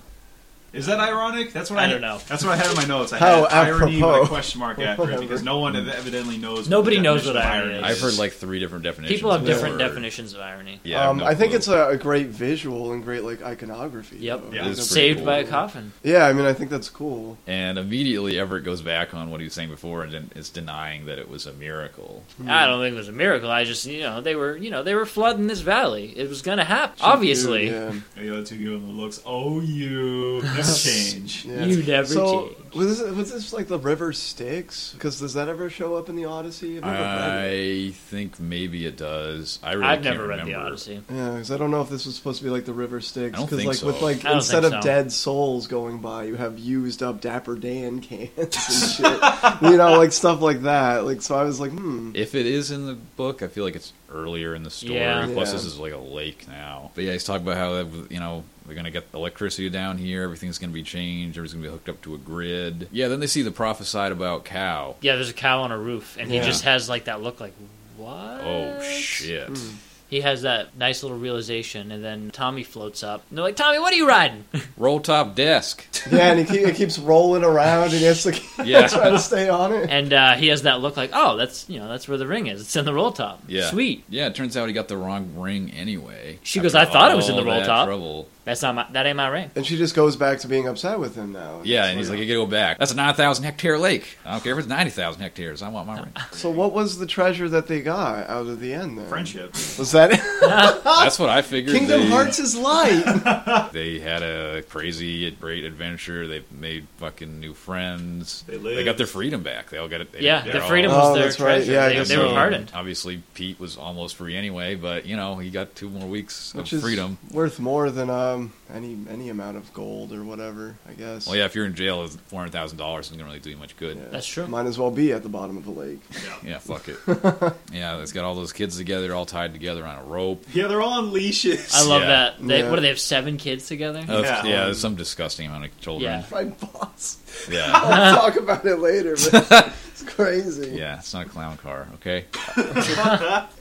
Speaker 3: Is that ironic? That's what I,
Speaker 4: I don't know.
Speaker 3: That's what I had in my notes. I
Speaker 2: How
Speaker 3: had irony with a
Speaker 2: apropos.
Speaker 3: question mark after it because no one evidently knows.
Speaker 4: Nobody
Speaker 3: what the
Speaker 4: knows what
Speaker 3: definition of
Speaker 4: irony
Speaker 1: I've heard like three different definitions.
Speaker 4: People have
Speaker 1: of that
Speaker 4: different
Speaker 1: word.
Speaker 4: definitions of irony.
Speaker 1: Yeah, have
Speaker 2: um,
Speaker 1: no
Speaker 2: I think
Speaker 1: clue.
Speaker 2: it's a, a great visual and great like iconography.
Speaker 4: Yep.
Speaker 2: though.
Speaker 3: Yeah.
Speaker 2: Like,
Speaker 1: It's
Speaker 2: that's
Speaker 4: Saved
Speaker 1: cool.
Speaker 4: by a coffin.
Speaker 2: Yeah, I mean, I think that's cool.
Speaker 1: And immediately Everett goes back on what he was saying before and then is denying that it was a miracle.
Speaker 2: Hmm.
Speaker 4: I don't think it was a miracle. I just, you know, they were, you know, they were flooding this valley. It was gonna happen. Obviously,
Speaker 2: Yeah.
Speaker 3: The other two give him the looks. Oh, you never change.
Speaker 2: Yeah.
Speaker 4: You never
Speaker 2: so,
Speaker 4: change.
Speaker 2: Was this, was this like the River Styx? Because does that ever show up in the Odyssey? I've never
Speaker 1: Uh,
Speaker 2: read it.
Speaker 1: I think maybe it does. I really
Speaker 4: I've
Speaker 1: can't
Speaker 4: never read the
Speaker 1: remember.
Speaker 4: Odyssey.
Speaker 2: Yeah, because I don't know if this was supposed to be like the River Styx.
Speaker 1: I don't
Speaker 2: Because
Speaker 1: think
Speaker 2: like
Speaker 1: so.
Speaker 2: with like
Speaker 4: I don't
Speaker 2: instead
Speaker 4: think
Speaker 2: of
Speaker 4: so.
Speaker 2: dead souls going by, you have used up Dapper Dan cans and shit. you know, like stuff like that. Like so, I was like, hmm.
Speaker 1: If it is in the book, I feel like it's earlier in the story.
Speaker 4: Yeah.
Speaker 1: Plus,
Speaker 2: Yeah.
Speaker 1: this is like a lake now. But yeah, he's talking about how that, you know we're gonna get electricity down here. Everything's gonna be changed. Everything's gonna be hooked up to a grid. Yeah. Then they see the prophesied about cow.
Speaker 4: Yeah, there's a cow on a roof, and
Speaker 2: Yeah.
Speaker 4: he just has like that look, like what?
Speaker 1: Oh shit!
Speaker 4: Hmm. He has that nice little realization, and then Tommy floats up, and they're like, "Tommy, what are you riding?"
Speaker 1: Roll top desk.
Speaker 2: Yeah, and he keep, it keeps rolling around, and he has to
Speaker 1: Yeah.
Speaker 2: try to stay on it.
Speaker 4: and uh, he has that look, like, "Oh, that's you know, that's where the ring is. It's in the roll top.
Speaker 1: Yeah.
Speaker 4: sweet.
Speaker 1: Yeah, it turns out he got the wrong ring anyway.
Speaker 4: She goes, "I thought it was in
Speaker 1: all
Speaker 4: the roll
Speaker 1: that
Speaker 4: top."
Speaker 1: Trouble.
Speaker 4: That's not my. That ain't my ring."
Speaker 2: And she just goes back to being upset with him now.
Speaker 1: Yeah,
Speaker 2: It's
Speaker 1: and he's like, you gotta go back. That's a 9,000 hectare lake. I don't care if it's 90,000 hectares. I want my ring.
Speaker 2: So what was the treasure that they got out of the end then?
Speaker 3: Friendship.
Speaker 2: Was that it?
Speaker 1: That's what I figured.
Speaker 2: Kingdom
Speaker 1: they,
Speaker 2: Hearts is light.
Speaker 1: They had a crazy, great adventure. They made fucking new friends.
Speaker 3: They lived.
Speaker 1: They got their freedom back. They all got it. they-
Speaker 4: Yeah,
Speaker 1: they're
Speaker 4: the
Speaker 1: all-
Speaker 4: freedom
Speaker 2: Oh,
Speaker 4: was their
Speaker 2: that's right.
Speaker 4: treasure.
Speaker 2: Yeah, I
Speaker 4: they,
Speaker 2: guess
Speaker 4: they were
Speaker 2: so.
Speaker 4: pardoned.
Speaker 1: Obviously, Pete was almost free anyway, but you know he got two more weeks
Speaker 2: Which
Speaker 1: of
Speaker 2: is
Speaker 1: freedom.
Speaker 2: worth more than um any any amount of gold or whatever, I guess.
Speaker 1: Well, yeah, if you're in jail, it's four hundred thousand dollars isn't gonna really do you much good.
Speaker 2: Yeah.
Speaker 4: That's true.
Speaker 2: Might as well be at the bottom of the lake.
Speaker 1: Yeah, fuck it. yeah, it's got all those kids together, all tied together on a rope.
Speaker 3: Yeah, they're all on leashes.
Speaker 4: I love
Speaker 1: Yeah.
Speaker 4: that. They,
Speaker 2: Yeah.
Speaker 4: What do they have? Seven kids together.
Speaker 1: Uh, yeah,
Speaker 3: Yeah.
Speaker 1: there's some disgusting amount of children.
Speaker 2: My boss.
Speaker 1: Yeah. yeah.
Speaker 2: I'll talk about it later, but it's crazy.
Speaker 1: it's not a clown car, okay?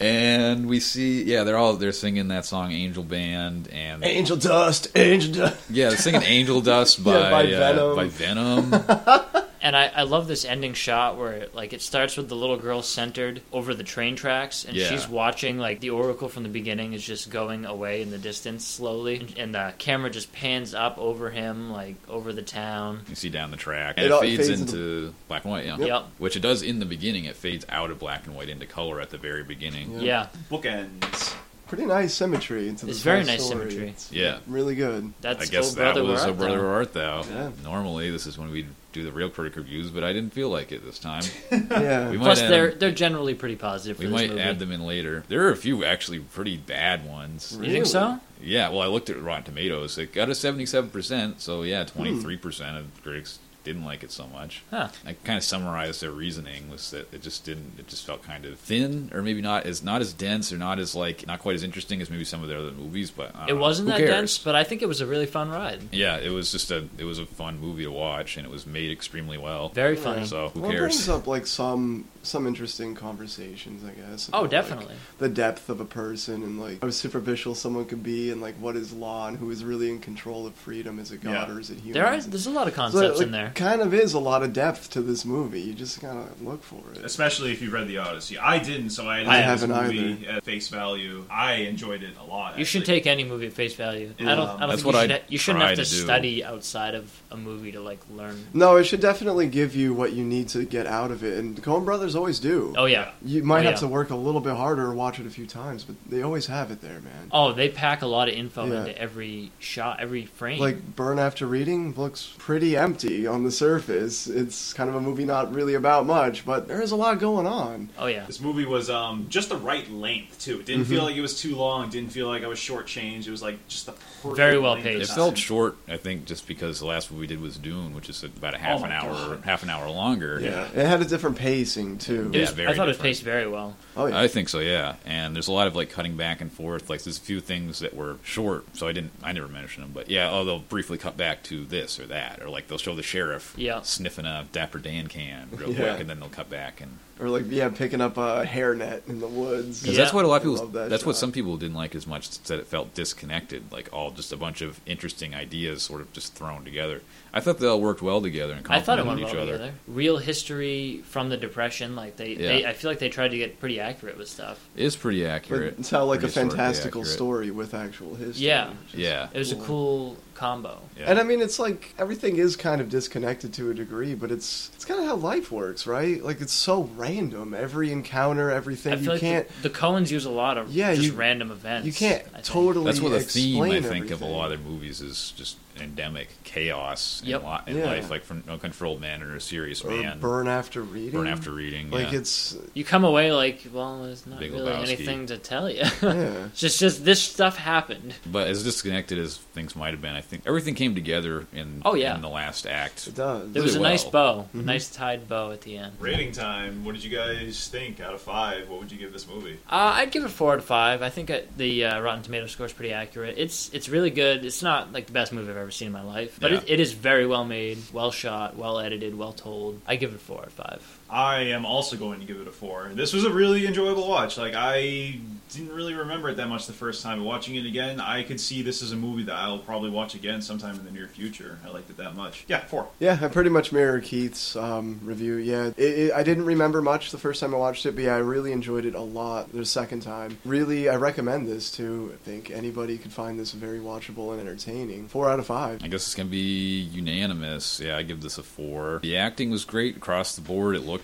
Speaker 1: and we see, yeah, they're all they're singing that song "Angel Band" and
Speaker 2: Angel dust, angel dust.
Speaker 1: yeah, they're singing "Angel Dust" by
Speaker 2: Yeah, by
Speaker 1: uh,
Speaker 2: Venom.
Speaker 1: by Venom.
Speaker 4: And I, I love this ending shot where it, like it starts with the little girl centered over the train tracks, and
Speaker 1: Yeah.
Speaker 4: she's watching like the oracle from the beginning is just going away in the distance slowly, and, and the camera just pans up over him, like over the town.
Speaker 1: you see down the track, and
Speaker 2: It
Speaker 1: it,
Speaker 2: all
Speaker 1: fades,
Speaker 2: fades
Speaker 1: into black and white. Yeah.
Speaker 4: Yep.
Speaker 1: Which it does in the beginning. It fades out of black and white into color at the very beginning.
Speaker 4: Yeah,
Speaker 2: Yeah.
Speaker 3: Bookends.
Speaker 2: Pretty nice symmetry into this
Speaker 4: It's very
Speaker 2: whole
Speaker 4: nice
Speaker 2: story.
Speaker 4: symmetry.
Speaker 2: It's
Speaker 1: Yeah.
Speaker 2: really good.
Speaker 4: that's
Speaker 1: I guess
Speaker 4: oh,
Speaker 1: that
Speaker 4: brother,
Speaker 1: was
Speaker 4: Where
Speaker 1: a
Speaker 4: Art
Speaker 1: brother
Speaker 4: Thou?
Speaker 1: art thou.
Speaker 2: Yeah.
Speaker 1: Normally, this is when we do the real critic reviews, but I didn't feel like it this time.
Speaker 2: yeah.
Speaker 1: We might
Speaker 4: Plus,
Speaker 1: add
Speaker 4: they're
Speaker 1: them-
Speaker 4: they're generally pretty positive. For
Speaker 1: we
Speaker 4: this
Speaker 1: might
Speaker 4: movie.
Speaker 1: add them in later. There are a few actually pretty bad ones.
Speaker 4: You think so?
Speaker 1: Yeah, well, I looked at Rotten Tomatoes. It got a 77%, so yeah, 23% of critics didn't like it so much.
Speaker 4: Huh.
Speaker 1: I kind of summarized their reasoning was that it just didn't it just felt kind of thin or maybe not as not as dense or not as like not quite as interesting as maybe some of their other movies, but I don't
Speaker 4: It
Speaker 1: know.
Speaker 4: wasn't
Speaker 1: Uh, Who
Speaker 4: that
Speaker 1: cares?
Speaker 4: dense, but I think it was a really fun ride.
Speaker 1: Yeah, it was just a it was a fun movie to watch and it was made extremely well.
Speaker 4: Very funny.
Speaker 1: So, who
Speaker 2: well, it brings
Speaker 1: cares?
Speaker 2: up like some some interesting conversations, I guess.
Speaker 4: Oh,
Speaker 2: about, like,
Speaker 4: definitely.
Speaker 2: the depth of a person and like how superficial someone could be, and like what is law and who is really in control of freedom. Is it God
Speaker 3: Yeah.
Speaker 2: or is it humans?
Speaker 4: There are there's a lot of
Speaker 2: So it,
Speaker 4: concepts
Speaker 2: like,
Speaker 4: in there.
Speaker 2: Kind of is a lot of depth to this movie. You just gotta look for it.
Speaker 3: Especially if you read the Odyssey. I didn't, so
Speaker 2: I
Speaker 3: I, had this
Speaker 2: haven't
Speaker 3: movie at face value. I enjoyed it a lot.
Speaker 4: You should
Speaker 3: actually.
Speaker 4: take any movie at face value. I don't. I don't
Speaker 1: That's
Speaker 4: think
Speaker 1: what
Speaker 4: you, should
Speaker 1: I
Speaker 4: ha- you shouldn't
Speaker 1: try
Speaker 4: have to,
Speaker 1: to do.
Speaker 4: study outside of a movie to like learn.
Speaker 2: No, it should definitely give you what you need to get out of it, and Coen Brothers always do.
Speaker 4: Oh yeah.
Speaker 2: You might
Speaker 4: Oh,
Speaker 2: have
Speaker 4: yeah.
Speaker 2: to work a little bit harder or watch it a few times, but they always have it there, man.
Speaker 4: Oh, they pack a lot of info
Speaker 2: Yeah.
Speaker 4: into every shot, every frame.
Speaker 2: Like Burn After Reading looks pretty empty on the surface. It's kind of a movie not really about much, but there is a lot going on.
Speaker 4: oh yeah.
Speaker 3: This movie was um, just the right length too. It didn't feel like it was too long. Didn't feel like I was shortchanged. It was like just the perfect
Speaker 4: Very well
Speaker 3: length of
Speaker 4: paced.
Speaker 1: It
Speaker 3: time.
Speaker 1: felt short, I think, just because the last one we did was Dune, which is about a half
Speaker 3: Oh
Speaker 1: an
Speaker 3: my
Speaker 1: hour,
Speaker 3: God.
Speaker 1: half an hour longer.
Speaker 3: Yeah.
Speaker 2: It had a different pacing too.
Speaker 1: Yeah,
Speaker 4: It was-
Speaker 1: very
Speaker 4: I thought it was
Speaker 1: different.
Speaker 4: paced very well.
Speaker 2: Oh yeah.
Speaker 1: I think so, yeah. And there's a lot of like cutting back and forth. Like there's a few things that were short, so I didn't, I never mentioned them. But yeah, oh, they'll briefly cut back to this or that, or like they'll show the sheriff
Speaker 4: Yeah.
Speaker 1: sniffing a Dapper Dan can real
Speaker 2: Yeah.
Speaker 1: quick, and then they'll cut back and
Speaker 2: Or like yeah, picking up a hairnet in the woods.
Speaker 1: Because
Speaker 4: Yeah.
Speaker 1: that's what a lot of
Speaker 2: I
Speaker 1: people.
Speaker 2: love that
Speaker 1: that's what
Speaker 2: shot.
Speaker 1: some people didn't like as much. Said it felt disconnected, like all just a bunch of interesting ideas sort of just thrown together. I thought they all worked well together and
Speaker 4: I thought it went
Speaker 1: complemented
Speaker 4: well
Speaker 1: each other.
Speaker 4: together. Real history from the depression, like they,
Speaker 1: Yeah.
Speaker 4: they, I feel like they tried to get pretty accurate with stuff.
Speaker 1: It's pretty
Speaker 2: But
Speaker 1: accurate.
Speaker 2: it's how like a
Speaker 1: Pretty historically
Speaker 2: fantastical
Speaker 1: accurate.
Speaker 2: story with actual history.
Speaker 4: Yeah.
Speaker 2: which is
Speaker 1: Yeah.
Speaker 4: It was a cool combo.
Speaker 1: Yeah.
Speaker 2: And I mean, it's like everything is kind of disconnected to a degree, but it's it's kind of how life works, right? Like it's so random. Every encounter, everything
Speaker 4: I feel
Speaker 2: you
Speaker 4: like
Speaker 2: can't
Speaker 4: the, the Coens use a lot of
Speaker 2: Yeah,
Speaker 4: just
Speaker 2: you-
Speaker 4: random events.
Speaker 2: you can't
Speaker 4: I think.
Speaker 2: totally.
Speaker 1: that's what the theme I
Speaker 2: explain
Speaker 1: think of a
Speaker 2: everything.
Speaker 1: lot of their movies is just endemic chaos in,
Speaker 4: Yep.
Speaker 1: li- in
Speaker 2: Yeah.
Speaker 1: life, like from no controlled man or a serious
Speaker 2: or
Speaker 1: man.
Speaker 2: burn after reading.
Speaker 1: Burn after reading,
Speaker 2: Like
Speaker 1: yeah.
Speaker 2: it's
Speaker 4: You come away like, well, there's not
Speaker 1: Big
Speaker 4: really
Speaker 1: Lebowski.
Speaker 4: anything to tell you.
Speaker 2: yeah.
Speaker 4: It's just, just this stuff happened.
Speaker 1: but as disconnected as things might have been, I think everything came together in
Speaker 4: Oh, yeah.
Speaker 1: in the last act.
Speaker 2: It does.
Speaker 4: There was a
Speaker 1: well.
Speaker 4: nice bow,
Speaker 2: Mm-hmm.
Speaker 4: a nice tied bow at the end.
Speaker 3: Rating time. What did you guys think out of five? What would you give this movie?
Speaker 4: Uh, I'd give it four out of five. I think uh the uh, Rotten Tomato score is pretty accurate. It's it's really good. It's not like the best movie I've ever seen in my life, but
Speaker 1: Yeah.
Speaker 4: it, it is very well made, well shot, well edited, well told. I give it four out of five.
Speaker 3: I am also going to give it a four. This was a really enjoyable watch. Like I didn't really remember it that much the first time. Watching it again, I could see this is a movie that I'll probably watch again sometime in the near future. I liked it that much. Yeah, four.
Speaker 2: Yeah, I pretty much mirror Keith's um, review. Yeah, it, it, I didn't remember much the first time I watched it, but yeah, I really enjoyed it a lot the second time. Really, I recommend this too. I think anybody could find this very watchable and entertaining. Four out of five.
Speaker 1: I guess it's gonna be unanimous. Yeah, I give this a four. The acting was great across the board. It looked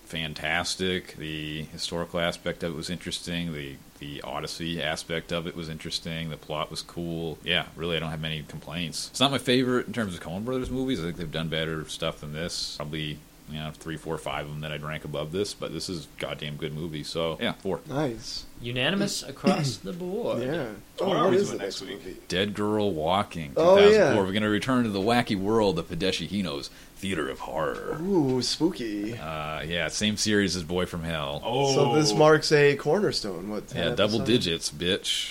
Speaker 1: fantastic. The historical aspect of it was interesting. The the Odyssey aspect of it was interesting. The plot was cool. Yeah, really, I don't have many complaints. It's not my favorite in terms of Coen Brothers movies. I think they've done better stuff than this. Probably. You know, three, four, five of them that I'd rank above this, but this is a goddamn good movie. So yeah, four.
Speaker 2: Nice.
Speaker 4: Unanimous across the board.
Speaker 2: Yeah.
Speaker 3: What are
Speaker 2: Oh, what
Speaker 3: we
Speaker 2: is
Speaker 3: doing
Speaker 2: the
Speaker 3: next week?
Speaker 2: movie?
Speaker 1: Dead Girl Walking. 2004.
Speaker 2: Oh, yeah.
Speaker 1: We're gonna return to the wacky world of Hideshi Hino's Theater of Horror.
Speaker 2: Ooh, spooky.
Speaker 1: Uh, yeah, same series as Boy from Hell.
Speaker 3: Oh,
Speaker 2: So this marks a cornerstone. What? 10
Speaker 1: yeah, double
Speaker 2: episodes?
Speaker 1: digits, bitch.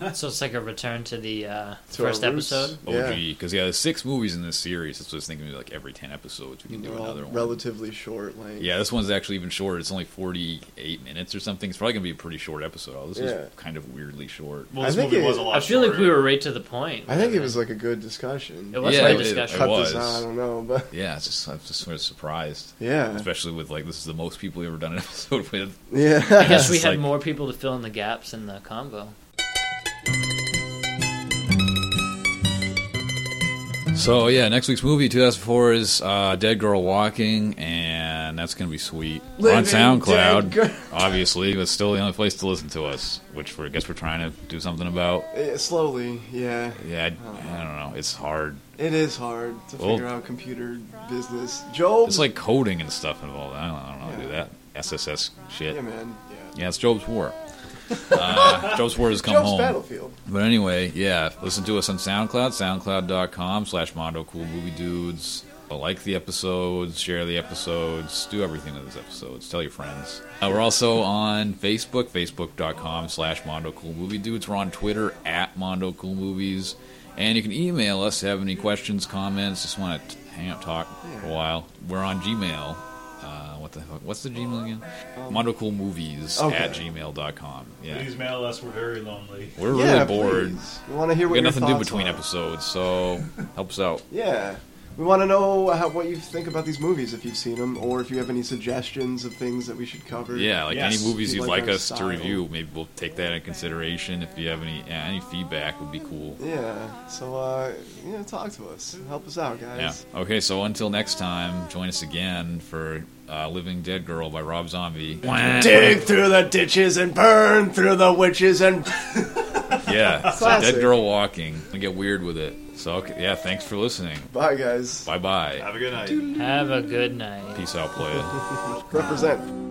Speaker 2: Yeah.
Speaker 4: So it's like a return to the uh,
Speaker 2: To our
Speaker 4: first
Speaker 2: roots.
Speaker 4: episode.
Speaker 1: OG. Because yeah. there's six movies in this series. That's what I was thinking. Like every ten episodes, we can do
Speaker 2: They're all
Speaker 1: another one.
Speaker 2: Relatively short length.
Speaker 1: yeah, this one's actually even shorter. It's only 48 minutes or something. It's probably gonna be a pretty short episode. Oh, This
Speaker 2: Yeah.
Speaker 1: is kind of weirdly short.
Speaker 3: Well,
Speaker 2: I
Speaker 3: this
Speaker 2: think
Speaker 3: movie
Speaker 2: it-
Speaker 3: was a lot.
Speaker 4: I feel like
Speaker 3: shorter.
Speaker 4: we were right to the point.
Speaker 2: I think it was like a good discussion.
Speaker 4: It was
Speaker 1: Yeah,
Speaker 4: a good
Speaker 1: it-
Speaker 4: discussion.
Speaker 1: it
Speaker 2: Cut this
Speaker 1: was.
Speaker 2: out. I don't know, but
Speaker 1: Yeah, it's just I'm just sort of surprised,
Speaker 2: yeah,
Speaker 1: especially with like this is the most people we've ever done an episode with.
Speaker 2: yeah.
Speaker 4: I guess we
Speaker 1: It's
Speaker 4: had
Speaker 1: like-
Speaker 4: more people to fill in the gaps in the convo.
Speaker 1: So yeah, next week's movie 2004 is uh, Dead Girl Walking, and that's gonna be sweet
Speaker 2: Living
Speaker 1: on
Speaker 2: Dead Girl.
Speaker 1: SoundCloud. Obviously, but still the only place to listen to us, which we guess we're trying to do something about.
Speaker 2: Eh, slowly, yeah.
Speaker 1: Yeah, I, I don't know. It's hard.
Speaker 2: It is hard to
Speaker 1: Well-
Speaker 2: figure out computer business. Joel,
Speaker 1: It's like coding and stuff involved. I don't, I don't know how to do that. SSS shit.
Speaker 2: yeah, man, yeah.
Speaker 1: Yeah, it's Job's War. Uh, Job's War has come
Speaker 2: Joel's
Speaker 1: home.
Speaker 2: Battlefield.
Speaker 1: But anyway, yeah, listen to us on SoundCloud, soundcloud.com slash Mondo Cool Movie Dudes. Like the episodes, share the episodes, do everything with those episodes. Tell your friends. Uh, we're also on Facebook, facebook.com slash Mondo Cool Movie Dudes. We're on Twitter at Mondo Cool Movies. And you can email us, have any questions, comments, just want to hang out, talk for a while. We're on Gmail. Uh, what the fuck? What's the Gmail again? MondoCoolMovies
Speaker 2: Um, okay.
Speaker 1: at gmail.com. Yeah.
Speaker 5: Please mail us. We're very lonely.
Speaker 1: We're
Speaker 2: yeah,
Speaker 1: really bored.
Speaker 2: please. We want to hear what
Speaker 1: We got nothing
Speaker 2: your
Speaker 1: to do
Speaker 2: thoughts
Speaker 1: between
Speaker 2: are.
Speaker 1: episodes, so help us out.
Speaker 2: Yeah. We want to know how, what you think about these movies if you've seen them, or if you have any suggestions of things that we should cover.
Speaker 1: Yeah, like
Speaker 3: Yes,
Speaker 1: any movies
Speaker 2: we
Speaker 1: you'd
Speaker 2: like
Speaker 1: like
Speaker 2: our
Speaker 1: us to
Speaker 2: style.
Speaker 1: review, maybe we'll take that in consideration. If you have any yeah, any feedback, would be cool.
Speaker 2: Yeah. So, uh, you know, talk to us. Help us out,
Speaker 1: Yeah.
Speaker 2: guys.
Speaker 1: Okay, so until next time, join us again for uh, "Living Dead Girl" by Rob Zombie.
Speaker 2: Dig through the ditches and burn through the witches and.
Speaker 1: Yeah, so
Speaker 2: Classic.
Speaker 1: Dead Girl Walking. I get weird with it. So okay, yeah, thanks for listening.
Speaker 2: Bye, guys.
Speaker 1: Bye bye.
Speaker 3: Have a good night.
Speaker 4: Have a good night.
Speaker 1: Peace out, playa.
Speaker 2: Represent.